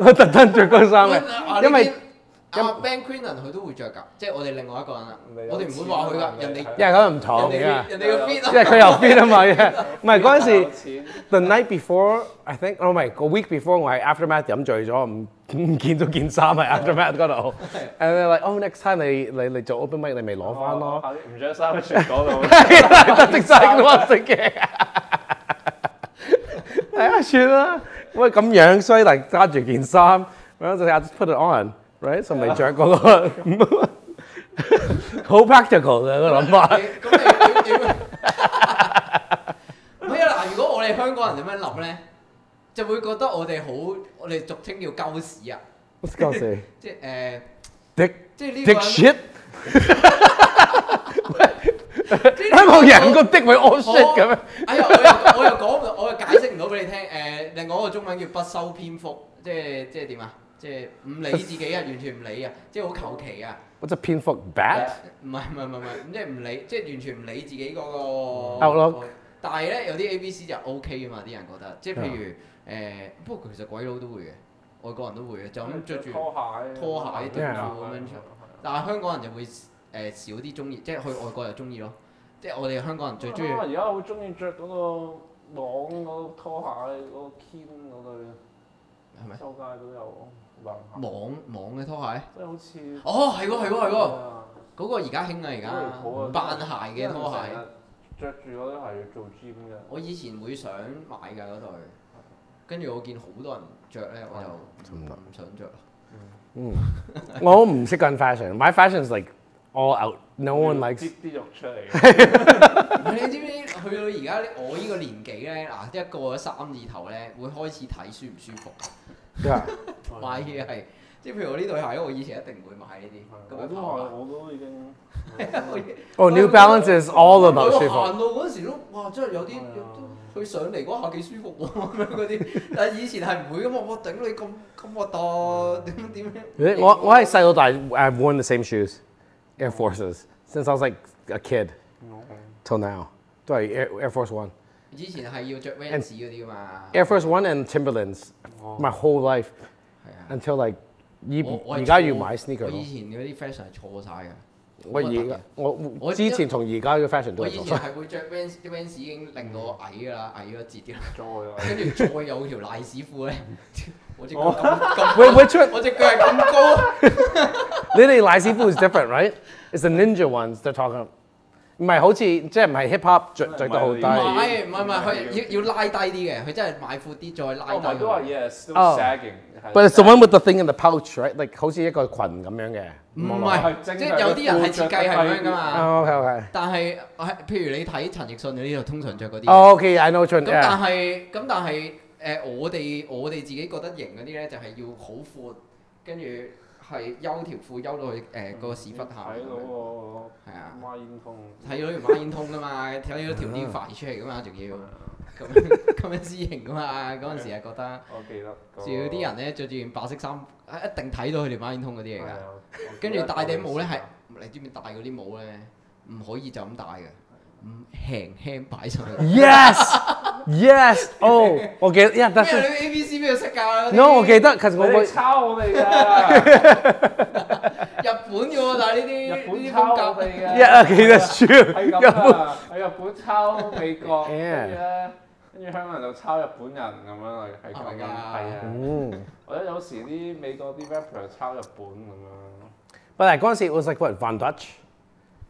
S3: 我特登着嗰個衫
S1: 啊
S3: 嘅，
S1: 呢
S3: 因為
S1: 邊阿 Ben Queenan 佢都會着㗎，即係我哋另外一個人啊，我哋唔會話佢㗎，人哋
S3: 因為咁唔同
S1: 人
S3: 嘅
S1: 哋，人哋個 fit 啊
S3: 因為佢又 fit 啊嘛，因為唔係嗰陣時。
S4: 時
S3: The night before, I think, oh my, 個 week before 我喺 aftermath 飲醉咗， 唔唔見咗件衫喺 aftermath 嗰度。And they're like, oh, next time 你你你做 open mic 你咪攞翻咯。，
S4: 唔着衫去嗰度。
S3: 食晒佢話食嘅。 係啊，算啦。喂，咁樣衰，但係揸住件衫，然後就 I just put it on，right？就咪着嗰個。 好 practical 嘅個諗法。
S1: 咁你點點？唔係啊！嗱，如果我哋香港人點樣諗咧，就會覺得我哋好，我哋俗稱叫鳩屎啊，
S3: What's going on?
S1: 即係誒，
S3: Dick
S1: 即係呢個
S3: Dick
S1: 人
S3: shit。
S1: 即係呢個
S3: 香 港人個 dick 咪 all shit 咁樣。
S1: 哎呀，我又我又講唔到，我又解釋唔到俾你聽。誒、另外一個中文叫不修邊幅，即係即係點啊？即係唔理自己啊，完全唔理啊，即係好求其啊！
S3: What's a 蝙蝠 bat？
S1: 唔係唔係唔係唔係，即係唔理，即係完全唔理自己嗰個
S3: Outlook
S1: 但係咧，有啲 A B C 就 O K 嘅嘛，啲人覺得，即係啊譬如誒、呃不過其實鬼佬都會嘅，外國人都會嘅， 就咁着住。
S4: 拖鞋，
S1: 拖鞋
S3: 短
S1: 褲咁樣着但係香港人就會誒、呃少啲中意，即係去外國就中意咯。即係我哋香港人最中意
S4: 啊。而家好中意着嗰個網嗰個拖鞋嗰個 Ken 嗰對，
S1: 係咪？
S4: 周街都有流行，
S1: 網網嘅拖鞋？
S4: 即係好似
S1: 哦，係喎係喎係
S4: 係
S1: 喎，
S4: 啊
S1: 嗰個而家興啊
S4: 好啊
S1: 而家，扮鞋嘅拖，
S4: 因為
S1: 鞋
S4: 成。日着住嗰對鞋要做 gym 嘅。
S1: 我以前會想買㗎嗰對，跟住我見好多人着咧，我就唔唔想着。
S3: 我唔識跟 mm, fashion。My fashion is like all out. No one
S4: 要
S3: likes.
S4: 擠啲肉出嚟，
S1: 你知唔知去到而家呢我呢個年紀咧，嗱一過咗三字頭咧，會開始睇舒唔舒服。啊
S3: Yeah.
S1: 買嘢係，即係譬如我呢對鞋，我以前一定唔會買呢啲。咁
S4: 我
S1: 樣
S4: 都
S1: 跑
S4: 話
S1: 啊
S4: 我 都已經
S3: Oh, New Balance is all
S1: 我
S3: about 舒服。
S1: 行路嗰時都哇，真係有啲有啲佢上嚟嗰下幾舒服喎咁樣嗰啲，但係以前係唔會噶嘛，我頂你咁咁核突，點點
S3: 咦
S1: 樣？
S3: 我我係細到大，I've worn the same shoes, Air Forces, since I was like a kid till now，都係 Air Air Force One,
S1: 以前係要着 Vans 嗰啲噶嘛。
S3: Air Force One and Timberlands my whole life
S1: 係啊。
S3: until like 依
S1: 我我係
S3: 而家要
S1: 錯
S3: 買 sneaker
S1: 我
S3: 咯
S1: 以。前嗰啲 fashion 係錯晒嘅。
S3: 我而家我
S1: 我
S3: 之前同而家嘅 fashion 都
S1: 我
S3: 係
S1: 以
S3: 做
S1: 前係會着 Vans，啲 Vans 已經令到我矮㗎啦，矮咗截啲啦，
S4: 再啊。
S1: 哦跟住再有條賴屎褲咧， 我只腳咁咁，
S3: Wait, which one?
S1: 我只腳係咁高，
S3: 你哋賴屎褲 is different, right? It's the ninja ones they're talking. 唔係好似即係唔係 hip hop 着着到好
S4: 唔係
S1: 唔
S3: 低。
S1: 係唔係唔係，佢要要拉低啲嘅，佢真係買闊啲再拉
S4: 我
S1: 低
S4: 咪都話
S1: 佢。
S4: yes，都
S3: 哦
S4: sagging。係
S3: Oh。 But it's the one with the thing in the pouch, right? Like 好似一個裙咁樣嘅。
S1: 唔係，即係有啲人係設計係咁樣㗎嘛。
S3: 啊 OK OK。
S1: 但係係譬如你睇陳奕迅嗰啲就通常着嗰啲。
S3: 哦 OK, Oh, I know which one.
S1: 咁
S3: yeah.
S1: 但係咁但係誒，我哋我哋自己覺得型嗰啲咧，就係要好闊，跟住係休條褲休到去誒個屎忽下咁
S4: 嗯睇到
S1: 樣。
S4: 我
S1: 係啊，
S4: 孖煙通。
S1: 睇到條孖煙通噶嘛，睇到條啲塊出嚟噶嘛，仲要咁 樣咁樣私型噶嘛。嗰陣時係覺得，
S4: 我記得。
S1: 仲要啲人咧着住件白色衫，一定睇到佢條孖煙通嗰啲嚟
S4: 哦
S1: 㗎。
S4: 係啊
S1: 跟住戴頂帽咧係，你知唔知戴嗰啲帽咧唔可以就咁戴嘅，唔輕輕擺 上去。啊
S3: Yes! Yes! Oh, 我記得，yeah, that's
S1: 咩
S3: it.
S1: 你 A B C 邊度識㗎？
S3: No，我記得，cause
S4: 你
S3: 我會
S4: 哋抄我哋 啊㗎，
S1: 日本嘅喎，但係呢啲
S4: 日
S1: 呢
S4: 本
S1: 啲
S4: 抄
S1: 風
S4: 我
S1: 格
S4: 哋嘅。
S3: ，yeah, okay, that's true.
S4: 係
S3: 日
S4: 咁
S3: 本
S4: 啊！喺日本抄美國， 跟住咧，跟住香港人就抄日本人咁樣嚟，係
S1: 係
S4: 咁
S1: 咪
S4: 樣，
S1: 㗎
S4: 係啊！
S3: 嗯，
S4: 或者有時啲美國啲 rapper 抄日本咁樣，
S3: 但係嗰陣時，it was like what Von Dutch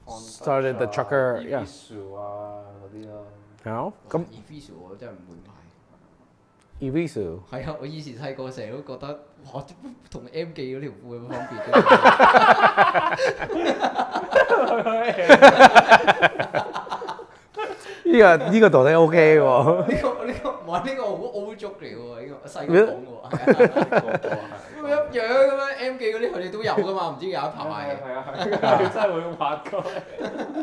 S3: started the trucker- yeah.
S4: issue 啊嗰啲咯。
S3: 好咁
S1: e v i s 我真係唔會買。
S3: Evisu
S1: 係啊，我以前細個成日都覺得，哇，同 M 記嗰條褲有乜分別 啫？
S3: 呢個呢個到底 OK 喎？
S1: 呢個呢個哇，呢個好 O 足嚟喎，呢個細個講過。係啊咁 樣樣咁樣 M 記嗰啲佢哋都有噶嘛，唔知有一排。
S4: 係啊係啊，真係會滑過。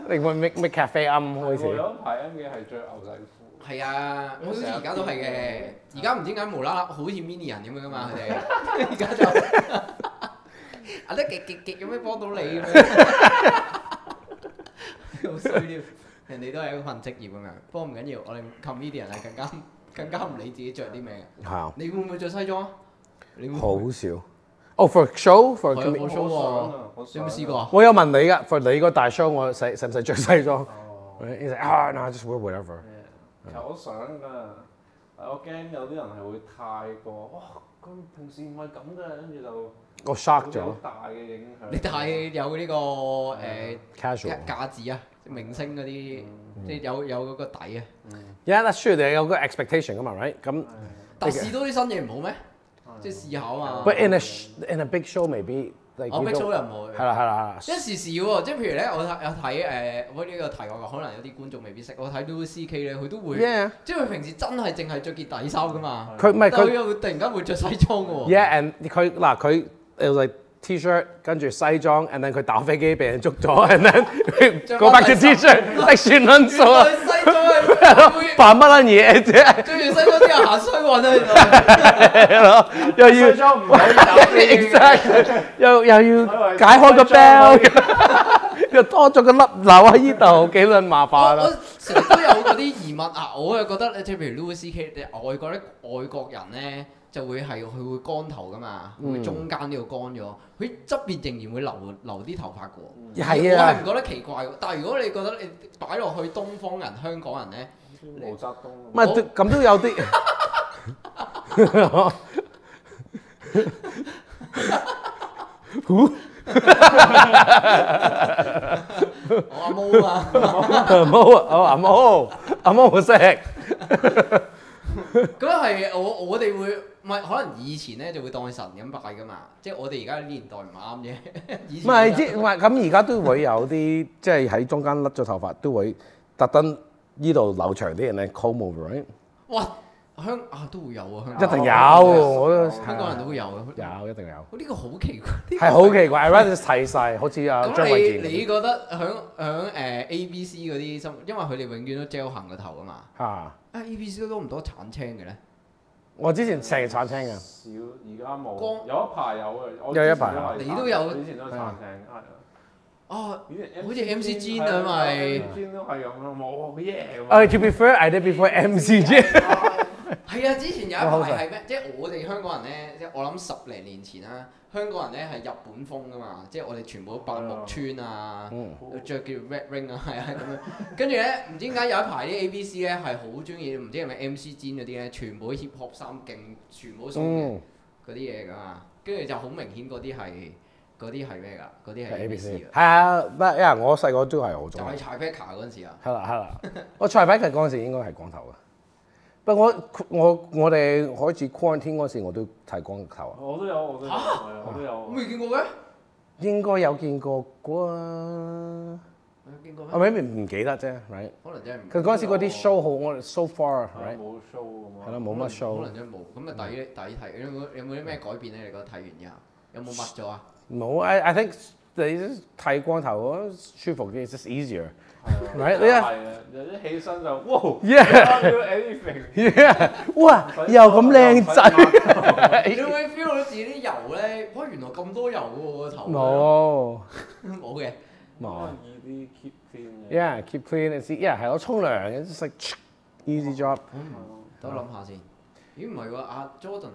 S3: 你會 make make cafe 啱開
S4: 我
S3: 始
S4: 有一排 M 記係着牛仔褲，
S1: 係啊，我好似而家都係嘅。而家唔知點解無啦啦好似 mini 人咁樣噶嘛，佢哋 而家就啊得極極極有咩幫到你咁樣，啊 好衰添。人哋都係一份職業咁樣，不過唔緊要，我哋 comedian 係更加 更加唔理自己着啲咩。
S3: 係
S1: 你會唔會着西裝啊？你會唔會
S3: 好少。哦，for Oh, show for
S1: 係啊
S3: commu-
S1: 我
S4: 我
S1: show
S4: 想啊
S1: 喎，
S4: 我
S1: 你有冇
S4: 想
S1: 試過啊？
S3: 我有問你㗎，for 你個大 show 我使使唔使着西裝
S4: 哦
S3: ？He's like, ah, no, I just wear whatever.
S4: 其實我想㗎，但我驚有啲人係會太過，哇！佢平時唔係咁㗎，跟住就
S3: 我 Oh, shock
S4: 會有
S3: 咗
S4: 大嘅影響。
S1: 你太有呢個誒
S3: ，casual。
S1: 架子啊，明星嗰啲，即係有有嗰個底啊。
S3: Yeah, that's true. 你有個 expectation 㗎嘛，right？咁
S1: 但試多啲新嘢唔好咩？
S4: 嗯
S1: 即係試下啊嘛。
S3: But in a sh- in a big show maybe like
S1: 我
S3: you
S1: Oh, Big
S3: don't-
S1: Show 又唔
S3: 係
S1: 會。
S3: 啦係啦係
S1: 一
S3: 啦
S1: 時時喎，即係譬如咧，我睇有睇誒，我呢個題外話，可能有啲觀眾未必識。我睇 Louis C.K. 咧，佢都會，
S3: ，yeah，
S1: 即係佢平時真係淨係着件底衫噶嘛，
S3: 佢唔係
S1: 但
S3: 佢
S1: 佢又會突然間會着西裝嘅喎。
S3: ，yeah and 佢嗱佢 it was like T-shirt 跟住西裝，and then 佢打飛機被人捉咗，and then
S1: 着
S3: go
S1: 返
S3: back to
S1: 西
S3: T-shirt，like 算撚數
S1: 原
S3: 啊，
S1: 來西裝係會
S3: 扮乜撚嘢 啫，
S1: 着完西裝之後行衰運啊！原來
S3: 係咯，又要
S4: 西裝唔可以打飛機
S3: exactly 又又要
S4: 為
S3: 解開個
S4: 西裝
S3: bell，又多咗個粒鈕喺呢度，幾撚麻
S1: 我
S3: 煩
S1: 我
S3: 啊！
S1: 成日都有嗰啲疑問啊，我又覺得即係譬如 Louis C.K. 你外國咧，外國人咧就會係佢會乾頭噶嘛，會中間呢度乾咗，佢側邊仍然會留留啲頭髮嘅喎。
S3: 係啊
S1: 我係唔，覺得奇怪喎。但係如果你覺得你擺落去東方人、香港人 咧，
S4: 毛澤東咁
S3: 唔係都咁都有啲。
S1: 我阿毛啊，
S3: 冇啊，我阿毛，阿毛好識，
S1: 咁係我我哋會唔係可能以前咧就會當佢神咁拜噶嘛，即係我哋而家年代唔啱啫。 以
S3: 唔
S1: 前
S3: 係即唔係咁而家都會有啲即係喺中間甩咗頭髮都會特登呢度留長啲人咧 comb over，right？
S1: 哇香啊都會有啊，香
S3: 一
S1: 港
S3: 定有，
S1: 香
S3: 我都
S1: 港人都會有嘅。
S3: 有一定有，
S1: 呢個好奇怪，呢個
S3: 係好奇怪，I rather 細細，好似阿張
S1: 咁你
S3: 衛健
S1: 你覺得響響誒 A B C 嗰啲生活，因為佢哋永遠都 gel 行個頭啊嘛。
S3: 嚇，
S1: 啊 A B C 都唔多鏟青嘅咧，
S3: 我之前成日餐廳嘅，
S4: 少，而家冇。
S1: 光
S4: 有一排有啊，
S3: 有一
S4: 我之前
S3: 排
S4: 都係
S1: 你都有
S4: 以前都係餐廳，係啊。
S1: 哦，
S4: 以前
S1: 好似 MC Jin 啊
S4: 係
S1: 咪
S4: ，MC Jin 都係咁咯，冇耶
S3: 誒
S4: 咁啊。
S3: to be fair，I did before MCG，
S1: 係啊！之前有一
S3: 我好
S1: 排
S3: 細
S1: 係咩？即係我哋香港人咧，即係我諗十零年前啦，香港人咧係日本風噶嘛，即係我哋全部都白木村啊，
S3: 嗯
S1: 着叫 red ring 啊，係啊咁樣。跟住咧，唔知點解有一排啲 A B C 咧係好中意，唔知係咪 MC Jin 嗰啲咧，全部 hip hop 衫勁，全部都
S3: 嗯
S1: 嗰啲嘢噶嘛，跟住就好明顯嗰啲係嗰啲係咩㗎？嗰啲係
S3: 係
S1: ABC
S3: ABC，
S1: 㗎，
S3: 係啊，不因為我細個都係好
S1: 就
S3: 中意
S1: 係。柴 p e c a 嗰陣時啊，
S3: 係啦係啦， 我蔡百強嗰陣時應該係光頭嘅，不過我我我哋開始 quarantine 嗰陣時我都剃光頭啊，
S4: 我都有，我都有，係啊我都
S1: 我
S4: 有。
S1: 未見過嘅，
S3: 應該有見過
S1: 我有
S3: 啩，啊
S1: 哦見過咩？
S3: 咪唔記得啫，right？
S1: 可能真係唔
S3: 佢嗰陣時嗰啲 show 好，我哋 so far，right？
S4: 冇 show 咁啊。
S3: 係啦，冇乜
S1: 可
S3: show，嗯
S1: 能真係冇，咁啊抵抵睇。有冇有冇啲咩改變咧？你覺得睇完之後有冇密咗啊？
S3: 冇，I I think 你剃光頭舒服啲，it's just easier，right？
S4: 係
S3: 你啊
S4: 啊，有啲起身就 哇
S3: Yeah，
S4: do anything，
S3: yeah，哇，又咁靚 仔，
S1: 你會 feel 到自己啲油咧？哇！原來咁多油喎個頭。啊
S3: 冇啊
S1: 冇嘅，
S3: 冇
S4: 易啲 keep 天嘅。
S3: ，yeah，keep clean，it's yeah，係我沖涼，it's just like easy job。
S1: 等我諗下先。咦？唔係喎，阿 Jordan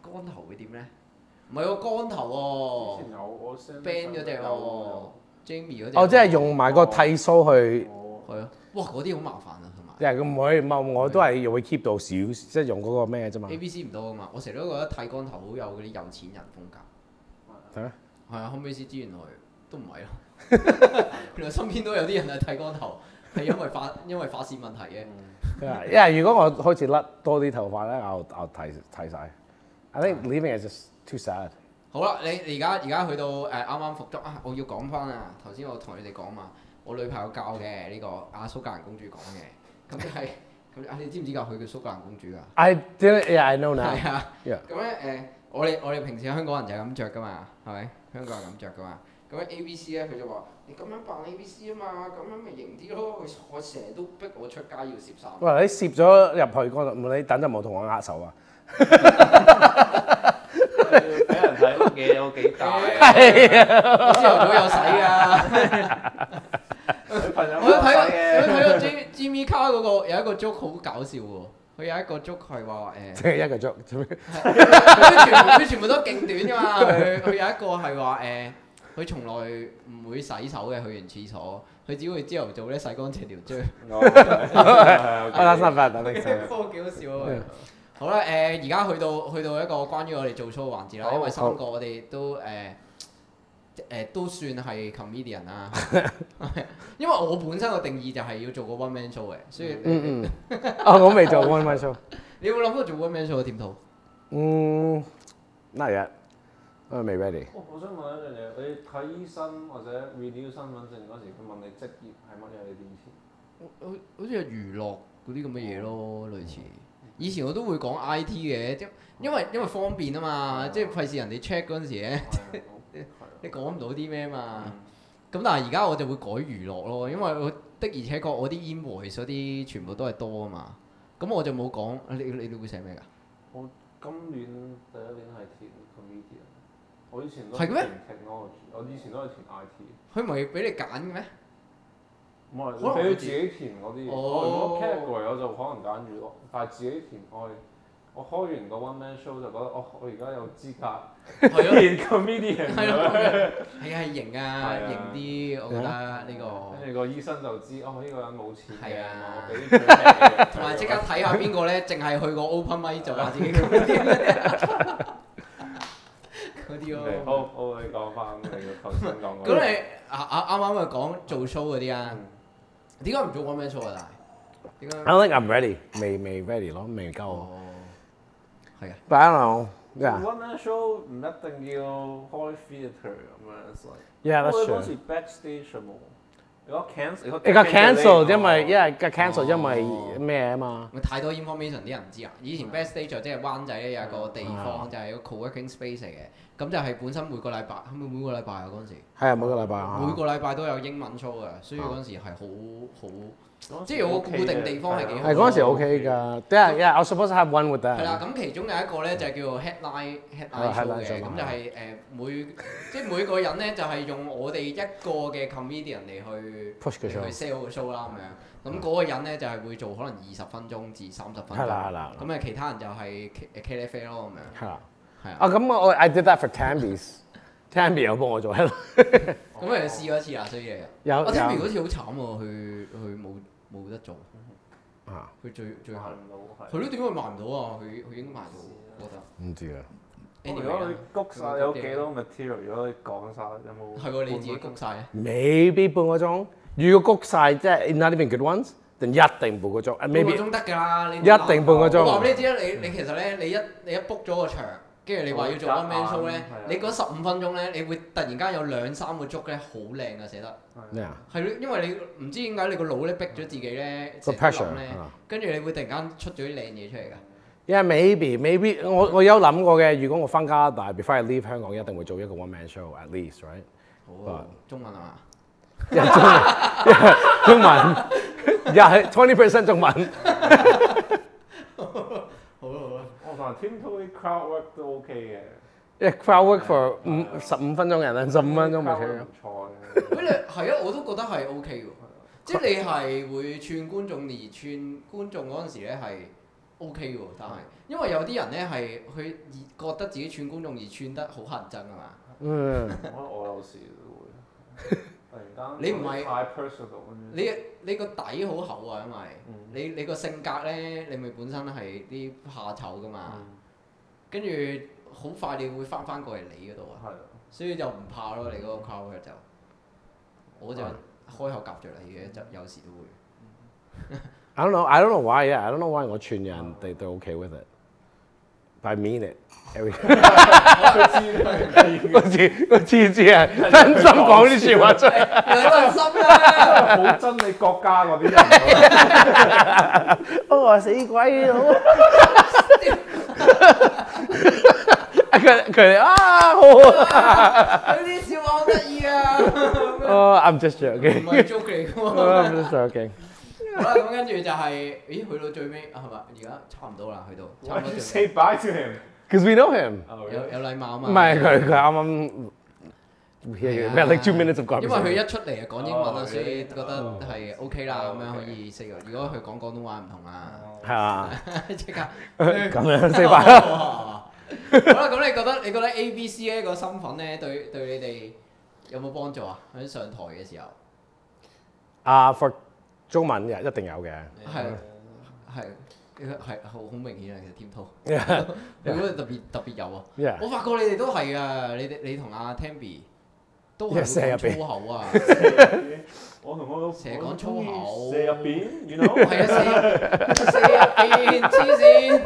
S1: 乾頭會點咧？唔係喎，乾頭
S4: 之前有我 send
S1: Band 嗰隻喎
S4: 有
S1: 喎，Jamie 嗰隻。
S3: 哦，即係用埋個剃須去，
S4: 我
S1: 係啊！哇！嗰啲好麻煩啊，同埋。
S3: 即係佢唔可以，唔係我都係會 keep 到少，即係用啊嗰個咩啫嘛
S1: A。B C 唔多噶嘛，我成日都覺得剃光頭好有嗰啲有錢人風格。
S3: 係咩？
S1: 係啊，後尾先知原來都唔係咯。 原來身邊都有啲人係剃光頭，係因為髮 因為髮線問題嘅。
S3: Yeah, yeah. 如果我開始甩多啲頭髮咧，I'll I'll 剃剃晒。I think leaving is just too sad。
S1: 好啦，你而家而家去到誒啱啱服裝啊，我要講翻啊！頭先我同你哋講嘛，我女朋友教嘅呢、個阿蘇格蘭公主講嘅，咁就係 咁啊！你知唔知教佢叫蘇格蘭公主㗎？
S3: I didn't. Yeah, I know now.
S1: 係啊，
S3: Yeah.
S1: 咁咧誒，我哋我哋平時香港人就係咁着噶嘛，係咪？香港人咁着噶嘛。咁樣 A B C 咧，佢就話：你咁樣扮 A B C 啊嘛，咁樣咪型啲咯。佢我成日都逼我出街要攝衫。
S3: 喂，你攝咗入去嗰度，你等陣冇同我握手啊？
S6: 俾人睇碌嘢有幾大啊？
S1: 我朝頭早有洗啊！
S6: 女朋友
S1: 我有睇過，
S6: 嘅，
S1: 我有睇過 Jim- Jimmy Carr 嗰個有一個 joke 好搞笑喎。佢有一個 joke 係話誒。
S3: 即係一個鐘做咩？
S1: 佢全部佢全部都勁短噶嘛。佢佢有一個係話誒，佢從來唔會洗手嘅，去完廁所，佢只會朝頭早咧洗乾淨條張。
S4: Oh,
S3: 我打三分，打三分。
S1: 嗰個 幾好笑啊！喂好啦，誒而家去到去到一個關於我哋做 show 嘅環節啦，
S3: 好
S1: 因為三個我哋都誒誒都算係 comedian 啦， 因為我本身個定義就係要做個 one man show 嘅，所以你
S3: 嗯嗯。哦，我未做 one man show。
S1: 你有冇諗過做 one man show 嘅點套？
S3: 嗯，not yet。我未 ready。
S4: 我我想問一樣嘢，你睇醫生或者 renew 身份證嗰時，佢問你職業係乜嘢？你點填？
S1: 好好似係娛樂嗰啲咁嘅嘢咯，類似。以前我都會講 I T 嘅，即因為因為方便啊嘛，即係費事人哋 check 嗰陣時 咧，
S4: 係啊
S1: 你講唔到啲咩嘛。咁但係而家我就會改娛樂咯，因為我的而且確我啲 invoice 嗰啲全部都係多啊嘛。咁我就冇講，你你你會寫咩㗎？
S4: 我今年第一年係填 comedian，我以前都
S1: 係嘅咩
S4: 填 technology，我以前都係填 IT。
S1: 佢唔係俾你揀嘅咩？
S4: 唔係，
S1: 可能
S4: 你俾
S1: 我
S4: 佢自己填嗰啲。
S1: 哦
S4: 我如果 category 我就可能揀娛樂，但係自己填我係我開完個 one man show 就覺得哦，我而家有資
S1: 係
S4: 格
S1: 咯，
S4: 填 comedian
S1: 係
S4: 咁樣。
S1: 咯，係啊係型啊
S4: 係啊，
S1: 型啲，我覺得呢個。
S4: 跟住個醫生就知哦，呢個人冇錢
S1: 係
S4: 嘅，
S1: 啊
S4: 我俾佢嘅
S1: 同埋即刻睇下邊個咧，淨係去過 open mic 就話自 己嗰啲嗰啲
S4: ，OK，
S1: 咯。
S4: 好，我哋講翻你個頭先講嗰
S1: 咁
S4: 啲。
S1: 你啊啊啱啱咪講做 show 嗰啲啊？點解唔做 one man show 啊？但係點
S3: I
S1: 解？
S3: don't think I'm ready。未未 ready 咯，未夠。
S1: 哦，係啊，
S3: But I don't know. Yeah.
S4: One man show 唔一定要開 theatre 咁樣所以
S3: Yeah, that's
S4: 因為嗰
S3: true.
S4: 時 backstage 冇，如果 cancel，如果
S3: It got cancelled
S4: cancel
S3: 因為
S4: 為
S3: yeah, it got cancelled 因為
S1: 哦
S3: 咩啊嘛？
S1: 咪太多 information 啲人唔知啊！以前 backstage 就即係灣仔咧有一個地方就係個 co-working space 嚟嘅，咁就係本身每個禮拜，係咪每個禮拜啊嗰陣時？
S3: 係啊，每個禮拜啊。
S1: 每個禮拜都有英文 show 嘅，所以嗰陣時係好好即係有個
S4: 我
S1: 固定地
S4: 啊
S1: 方係幾好
S3: 係嗰陣時 OK 㗎，yeah uh, yeah，I was supposed to have one with that。
S1: 係啦。咁其中有一個咧就係叫做 headline headline show
S3: 係啊 headline
S1: 嘅，
S3: show
S1: 咁
S3: 嘛
S1: 就係誒每 即係每個人咧就係用我哋一個嘅 comedian 嚟去
S3: Push
S1: 嚟去
S3: 佢 show 嗯
S1: sell 個 show 啦咁樣。咁嗰個人咧就係會做可能二十分鐘至三十分
S3: 係啦係
S1: 鐘，
S3: 啦
S1: 咁誒啊其他人就係 K L F 咯咁樣。
S3: 係啦。
S1: 係啊
S3: 啊咁我 Oh, I did that for Tambi's，Tambi 有幫我 做，有
S1: 咁誒試過一次啊，所以嚟
S3: 有
S1: 我聽完好似好慘喎，佢佢冇冇得做，
S3: 啊
S1: 佢最最後
S4: 行唔到
S1: 佢都點會賣唔到啊？佢佢應該賣到，我覺得。
S3: 唔知啊，
S4: 如果
S1: anyway
S4: 你
S1: 啦
S4: 谷晒有幾多 material，如果你講晒有冇？
S1: 係喎，你自己谷晒啊！
S3: ，maybe 半個鐘。如果谷晒即係 not even good ones，就一定半個鐘啊
S1: 半個
S3: ，maybe
S1: 鐘得㗎啦，你
S3: 一定半個鐘
S1: 我話俾你知啦，你你其實咧，你一你一 book 咗個場，跟住你話要做
S4: 我
S1: one man show 咧
S4: 夾硬係啊，
S1: 你嗰十五分鐘咧，你會突然間有兩三個足咧，好靚啊寫得。
S3: 咩啊
S1: 係咯，因為你唔知點解你個腦咧逼咗自己咧，
S3: 個
S1: 成日都
S3: pressure
S1: 諗咧，
S3: 啊
S1: 跟住你會突然間出咗啲靚嘢出嚟㗎。
S3: ，yeah maybe maybe 我我有諗過嘅，如果我翻加拿大 before I leave 香港，一定會做一個 one man show at least right
S1: 好啊，中文係嘛？
S3: 中 文，又係 twenty percent 中文。
S1: 好啦好啦，
S4: 我哦同 Tim t o y crowd work 都 OK 嘅，
S3: 一 crowd work for 五十五分鐘人啦，十五分鐘咪
S4: crowd
S3: 佢
S4: work 唔錯嘅。
S1: 喂你係啊，我都覺得係 OK 喎，即係你係會串觀眾而串觀眾嗰陣時咧係 OK 嘅喎，但係因為有啲人咧係佢而覺得自己串觀眾而串得好乞人憎啊嘛。
S3: 嗯，
S4: 我我有時都會突然間
S1: 你唔係
S4: 太 personal 嗯跟住
S1: 你你個底好厚啊，因為你你個性格咧，你咪本身係啲怕醜噶
S4: 嗯
S1: 嘛，跟住好快你會翻翻過嚟你嗰度啊，
S4: 係啊
S1: 所以就唔怕咯，你嗰個 cover 就我就開口夾著你嘅，就有時都會。
S3: I don't know. I don't know why. Yeah, I don't know why 我串人，they they're okay with it. But I mean it. Every
S1: 啊
S3: 我知我知知 啊，真心講呢啲説話出嚟。
S1: 有真心啦，
S4: 好憎你國家嗰啲人，啊
S3: 我話死鬼佬。 佢佢哋啊，好
S1: 佢啲笑話好得意啊！
S3: 啊，I'm just
S1: 唔
S3: joking.
S1: 係 joke 嚟嘅喎。
S3: I'm just joking.
S1: 好啦，咁跟住就係，咦？去到最尾係咪？而家差唔多啦，去到差唔多
S6: you
S1: 最
S6: say
S1: 尾
S6: bye to him？
S3: Cause we know him.
S1: 有有禮貌啊嘛。
S3: 唔係佢佢啱啱 hear you. We had like two minutes of
S1: 因
S3: conversation.
S1: 為佢一出嚟就講英文啦，
S6: 哦
S1: 所以覺得
S6: 哦
S1: 係 OK 啦，
S6: 哦
S1: 咁樣
S6: OK
S1: 可以識。如果佢講廣東話唔同啦，
S3: 係啊，
S1: 即刻
S3: 咁樣四百。
S1: 好啦，咁你覺得你覺得 A B C 呢個身份咧，對對你哋有冇幫助啊？喺上台嘅時候，
S3: 啊，for À, 中文嘅一定有嘅。
S4: 哦
S1: 係係係好好明顯啊！其實 Tim 涛， 你覺得特別特別有啊！
S3: Yeah.
S1: 我發覺你哋都係啊，你哋你同阿 Tammy 都係
S3: Yes，
S1: 會
S3: 入邊
S1: 講粗口啊！
S6: 我同我老
S1: 成日講粗口
S6: 射入邊，you
S1: 係啊，
S6: know？
S1: 四四入邊黐線，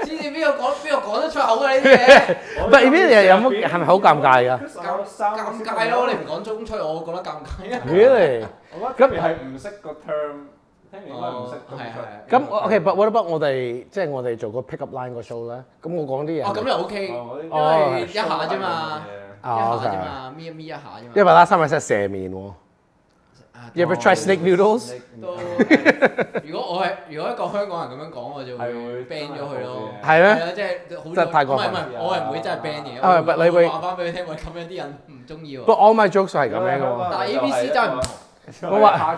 S1: 黐線邊個講邊個講得出口啊？呢啲嘢
S6: 我
S3: 唔係呢啲嘢有冇係咪好尷尬㗎
S1: 尷尷尬咯！你唔講中吹，我覺得尷尬啊！
S3: ？Really？
S4: 我覺得特別係唔識個 term，聽完應該唔識
S1: 哦，
S4: 咁
S1: 係
S4: 樣。
S1: 係。
S3: 咁我 OK，but what about 我哋即係我哋做個 pick up line 個 show 咧？咁我講啲
S1: 哦，咁
S3: 嘢。
S1: 又 OK，因
S4: 哦，我
S3: 哦
S1: 為一下啫嘛，一下
S3: 啊
S1: 啫
S3: À, ，OK。
S1: 嘛，搣一搣一下啫嘛。
S3: 因為 last time I said 蛇面喎。
S1: 啊
S3: You ever try snake noodles？
S1: 都如果我係如果一個香港人咁樣講，我就會
S4: 係會
S1: ban 咗佢咯。
S3: 係
S1: 係
S3: 咩？
S1: 啊，即係好
S3: 真係太過
S1: 唔係
S3: 分
S1: 唔係，我係唔會真係 ban 嘅。
S3: 啊
S1: 我
S3: ，but 你會
S1: 我話翻俾你聽，喂，咁樣啲人唔中意喎。
S3: 不過 all my jokes 係咁樣嘅喎。
S1: 但係 A B C 真係唔同。
S3: 我話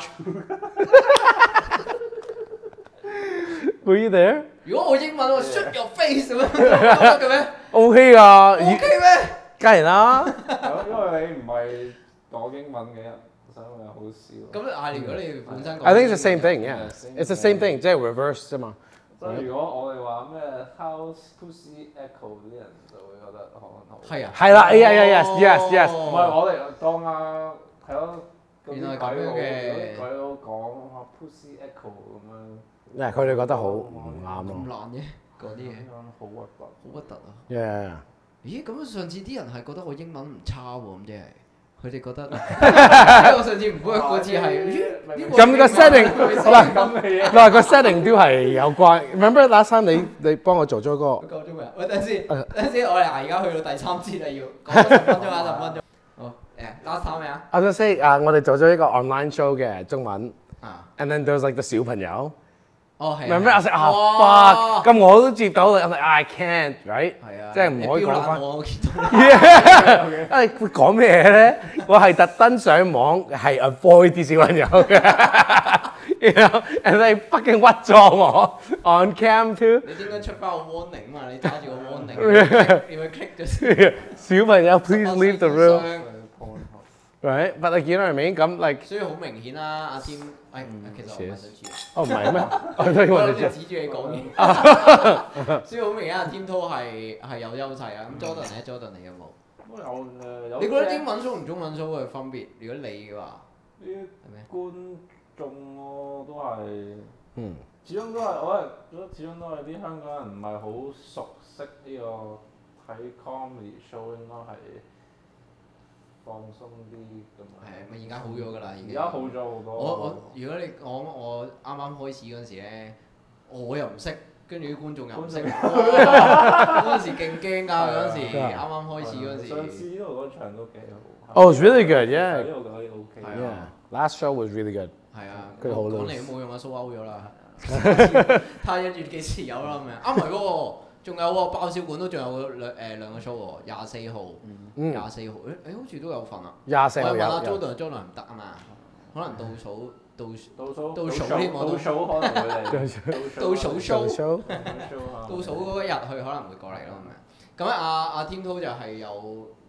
S3: Were you there？
S1: 如果我英文我 shut your face 咁 樣得嘅咩
S3: OK 噶，
S1: ？OK 咩？
S3: 梗係啦。
S4: 因為你唔係講英文嘅人，所以我又好笑。
S1: 咁啊，如果你本身講
S3: I think it's the same thing. Yeah,
S4: Same
S3: it's the same thing. 即係 reverse 啫嘛。
S4: 所以如果我哋話咩 house pussy echo 啲人就會覺得可能好。
S1: 係啊，哦
S3: 係啦，yeah, yeah, yes, yes, yes
S4: 唔係我哋當啊睇咯，嗰
S1: 原來
S4: 啲
S1: 係
S4: 鬼
S1: 咁樣嘅
S4: 佬嗰啲鬼佬講啊 pussy echo 咁樣，
S3: 嗱，佢哋覺得好唔啱
S1: 咁
S3: 咯。
S1: 爛嘅嗰啲嘢
S4: 咁，樣好核突。
S1: 好核突啊！
S3: Yeah，
S1: 咦，咁上次啲人係覺得我英文唔差喎，咁即係佢哋覺得， 因為我上次唔 work 嗰次
S4: Ờ,
S1: 係， 咦呢
S3: 咁個 setting 嗱
S4: 咁嘅嘢，
S3: 嗱個 setting 都係有關。Remember last time 你你幫我做咗個
S1: 個夠鐘啊！喂，等陣先，
S3: 哎
S1: 等陣先，我哋啊而家去到第三節啦，要講十分鐘啊，十分鐘。好，誒，last time 未啊？
S3: 我想 say 啊，我哋做咗一個 online show 嘅中文
S1: 啊，
S3: ，and then there's like 個小朋友
S1: 哦係啊。
S3: ，remember 我 say
S1: 哦
S3: 啊 fuck，咁我都接到，I'm like I can't，right？
S1: 係啊，
S3: 即係唔可以
S1: 你標
S3: 講
S1: 冷
S3: 翻
S1: 我，我見到你。
S3: Yeah，啊佢講咩咧？我係特登上網係 avoid 啲小朋友 嘅然後 and they fucking 屈咗我 on cam too。
S1: 你應該出翻個 warning 嘛，你揸住個 warning，你會你會 click 咗先。
S3: 小朋友
S1: Ờ,
S3: please leave the room。
S4: 係
S3: Right, but like you know what I mean? 咁 like
S1: 所以好明顯啦，阿 Tim，誒，
S3: 嗯
S1: 其實我唔係想知，
S3: 哦唔係咩？我都以
S1: 我
S3: 為
S1: 諗
S3: 你
S1: 住
S3: 知
S1: 指住你講 嘢。所以好明顯，阿 Tim 都係係有優勢啊。咁 Jordan 咧，Jordan 你有冇？
S6: 我
S4: ờ,
S6: 有誒有。
S1: 你覺得英文 show 同中文 show 嘅分別？如果你嘅話，
S4: 啲
S1: 係咩？
S4: 觀眾咯，都係
S3: 嗯
S4: 始終都係我係覺得始終都係啲香港人唔係好熟悉呢個睇 comedy show 應該係放鬆啲咁樣。
S1: 係咪而家好咗㗎啦？已經
S4: 而家好咗好多。
S1: 我我如果你講我啱啱開始嗰陣時咧，我又唔識，跟住啲觀眾又唔識， 嗰陣時勁驚㗎，嗰陣時
S4: 啊
S3: 啊
S1: 啱啱開始嗰陣
S4: 上
S1: 時
S4: 次。呢度嗰場都幾好。
S3: Oh, it's really good, yeah.
S4: 呢度嗰啲 OK。
S1: 係啊
S3: Yeah, last show was really good.
S1: 係啊，
S3: 佢好
S1: 講
S3: 老
S1: 嚟都冇用啊，蘇歐咗 啦，睇下跟住幾時有啦咁樣。啊唔係喎，仲有喎，爆笑館都仲有兩誒兩個 show 喎，廿四號，
S3: 嗯，
S1: 廿四號，誒誒好似都有份啊。
S3: 廿
S1: 我
S3: 四號
S1: 係問阿
S3: 有有
S1: Jordan，Jordan 唔得啊嘛，可能倒數倒數
S4: 倒數
S1: 倒數添我都
S4: 倒數可能會 嚟。
S1: 倒數 show，
S3: show
S4: 倒
S1: 倒數嗰一日佢可能會過嚟咯咁樣。咁啊阿阿 Tim To 就係有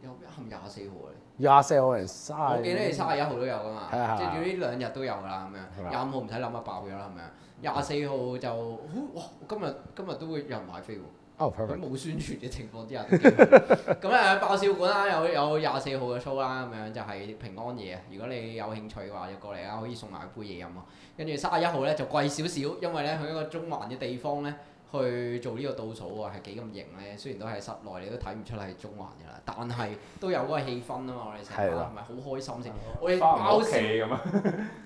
S1: 有係咪廿四號啊？
S3: 廿四號係嘥。
S1: 我記得你三十一號都有噶嘛
S3: 係啊係啊，
S1: 即係總之兩日都有㗎啦咁
S3: 係
S1: 樣。
S3: 啊
S1: 廿五號唔哦使諗啊，爆咗啦咁樣。廿四號就，哇！今日今日都會有人買飛喎。
S3: Oh,
S1: 佢
S3: perfect.
S1: 冇宣傳嘅情況之下都幾好，咁誒爆笑館啦，有有廿四號嘅 show 啦，咁樣就係平安夜啊。如果你有興趣嘅話，就過嚟啦，啊可以送埋杯嘢飲啊。跟住三十一號咧就貴少少，因為咧佢一個中環嘅地方咧去做呢個倒數啊，係幾咁型咧。雖然都係室內，你都睇唔出係中環嘅啦，但係都有嗰個氣氛啊嘛。我哋成
S3: 係
S1: 班
S3: 啦
S1: 係咪好開心先？我哋
S6: 翻
S1: 爆
S6: 屋企
S1: 笑
S6: 咁啊，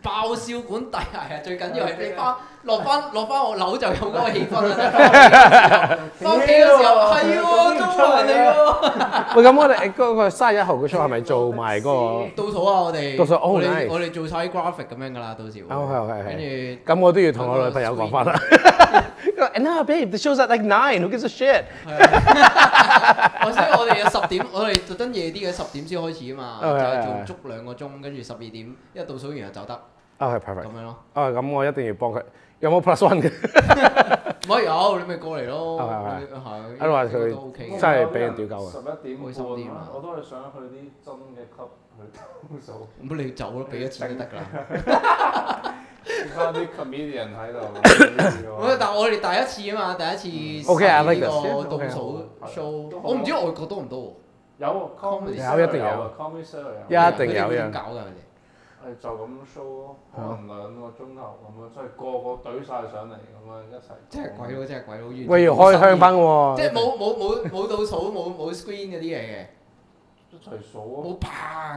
S1: 爆笑館大係啊，最緊要係你翻落翻落翻我樓就有嗰個氣氛 啦。翻屋企嘅時候啊係喎，中環嚟啊喎。
S3: 喂，咁我哋誒嗰個三十一號嘅 show oh 係咪做埋嗰
S1: 倒數啊！我哋
S3: 倒數哦
S1: 我哋
S3: nice
S1: 我哋做晒 graphic 咁樣噶啦，到時會。
S3: 個？哦，係係係。
S1: 跟
S3: 咁我都要同我女朋友講翻啦。And now, babe, the show's at like nine. Who gives a shit？
S1: 住係啊，我所以我哋有十點，我哋特登夜啲嘅十點先開始啊嘛，就
S3: 哦係
S1: 係
S3: 係係
S1: 做足兩個鐘，跟住十二點，因為倒數完就走得
S3: 啊，
S1: 咁
S3: 係 Oh, perfect。
S1: 樣咯。
S3: 啊，咁我一定要幫佢。有冇 plus one 嘅？
S1: 唔可以有你咪過嚟咯，
S3: 哦係係
S1: 你係。
S3: 啊話佢
S1: 應該都 OK 嘅
S3: 真係俾人屌鳩啊
S6: 十一點
S1: 開心啲
S6: 半
S1: 嘛
S6: 啦，我都係想去啲真嘅級去倒 數，
S1: 咁你走咯，俾咗錢就得㗎啦。
S4: 剩翻啲 comedian 喺度。
S1: 喂但 我哋第一次啊嘛，第一次
S3: OK，I like
S1: 試呢
S3: this，
S1: 個倒
S3: OK，
S1: 數
S6: 好
S1: show，
S6: 都好啊
S1: 我唔知外國多唔多
S6: 有啊 comedy
S3: 有一定有
S6: comedy s e r
S3: 一
S1: 喎。
S3: 定
S1: 佢
S3: 有
S1: 哋會
S3: 嘅
S1: 點搞㗎佢哋？
S6: 係就咁 show 咯，可能兩個鐘頭咁樣，即係個個懟晒上嚟咁樣一齊。
S1: 即係鬼佬，即係鬼佬。完全
S3: 喂，要
S1: 冇
S3: 開
S1: 新
S3: 香
S1: 意
S3: 檳啊喎。
S1: 即係冇冇冇冇倒數，冇冇 screen 嗰啲嘢嘅，
S6: 一齊數咯。
S1: 冇砰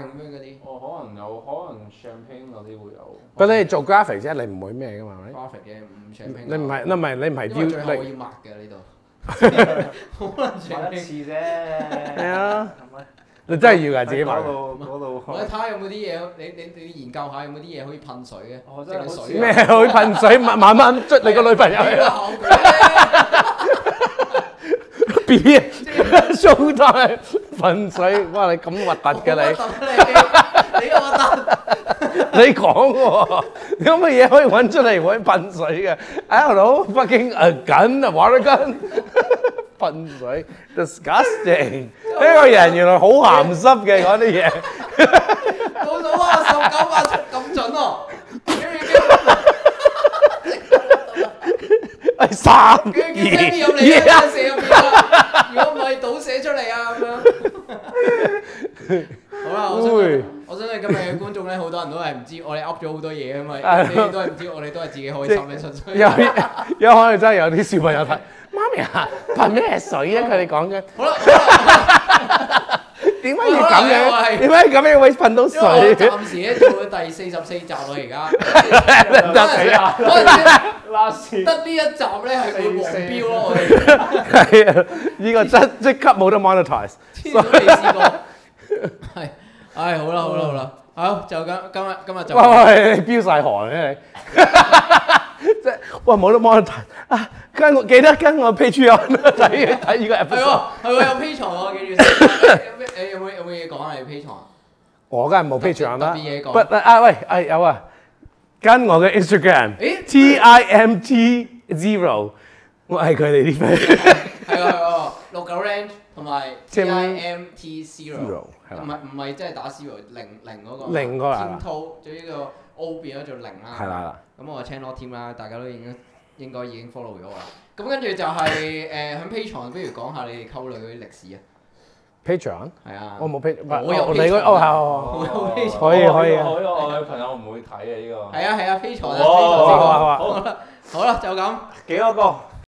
S1: 咁樣嗰啲
S6: 我可能有，可能 champagne 嗰啲會有。
S3: 不過你做 graphic 啫，你唔會咩噶嘛？係咪
S1: graphic 嘅，唔上屏。
S3: 你唔係，你唔係，你唔係
S1: 因為最後
S3: 要
S1: 我
S3: 你
S1: 要抹嘅呢 度，可能上
S6: 買一
S1: 屏。
S6: 次啫。係
S3: 係啊，你真係要㗎自己買
S6: 嗰。度嗰度
S1: 我睇下有冇啲嘢，你你你研究下有冇啲嘢可以噴水嘅，
S6: 我
S1: 淨
S6: 哦真係
S1: 係
S6: 好
S1: 水
S6: 似
S1: 啊
S3: 咩？佢噴水慢慢慢捽你個女朋友
S1: 你個效果咧
S3: B B show time 噴水，哇！你咁核突嘅
S1: 好核突啊你，你核突。
S3: 你，你講喎，你有乜嘢可以揾出嚟揾噴水嘅？I don't know, fucking a gun, a water gun，噴水，disgusting！呢個人原來好鹹濕嘅講啲嘢。
S1: 倒數啊，十九八七咁準喎。
S3: 係三二
S1: 佢叫 Sammy 入 嚟
S3: 一，
S1: 啊，射入邊啊！如果唔係倒寫出嚟啊咁樣。好啦，我相信
S3: 喂
S1: 我相信今日嘅觀眾咧，好多人都係唔知，我哋噏咗好多嘢啊嘛，
S3: 係
S1: 你哋都係唔知，我哋都係自己開心嘅純粹。
S3: 有有可能真係有啲小朋友睇，媽咪啊，噴咩水啊？佢哋講緊
S1: 好啦，好啦
S3: 點解要咁
S1: 我係
S3: 樣？點解咁樣會噴到
S1: 因為我
S3: 水？
S1: 暫時咧做到第四十四集啦，而家
S3: 得死啊！
S1: 嗰陣時
S6: last
S1: 得呢一集咧係會黃標咯，我哋
S3: 係啊，呢個真即刻冇得 monetize。
S1: 黐都未試過。係，唉，好啦，好啦，好啦，好就咁，今日今日就
S3: 喂喂，你 飆晒汗啊你！即係喂冇得 monetize 啊！跟我記得跟我 Patreon 睇睇呢個
S1: 係
S3: episode。
S1: 喎，係喎，有 P 床喎， 記住先。有咩誒有冇有冇嘢講啊？有 P 床。
S3: 我梗係冇 Patreon 啦
S1: 特別嘢講。
S3: But 啊喂，係有啊，跟我嘅 Instagram
S1: 咦
S3: T I M T Zero，我係佢哋啲 friend。
S1: 係喎係喎，六九 range 同埋 T
S3: Tim-
S1: I M T zero，
S3: Zero，係啦
S1: 唔係唔係真係打 zero 零零嗰個，
S3: 零嗰個係啦
S1: 添套，最呢個 O 變咗做零啦，
S3: 係啦係啦，
S1: 咁我 channel 添啦，大家都已經應該已經 follow 咗我啦。咁跟住就係誒喺 P 床，不如講下你哋溝女嗰啲歷史啊，
S3: Patreon，
S1: 係啊，
S3: 我冇 Patreon，
S1: 我有
S3: 你嗰
S1: Patreon
S3: 哦係哦，可以可以啊
S6: 可以，我女朋友唔會睇嘅呢個。
S1: 係啊係啊 P 床啊，P
S6: 哦
S3: 好啊
S1: 床
S3: 好啊好啊。
S6: 好，
S1: 好啦就咁，
S6: 幾多個？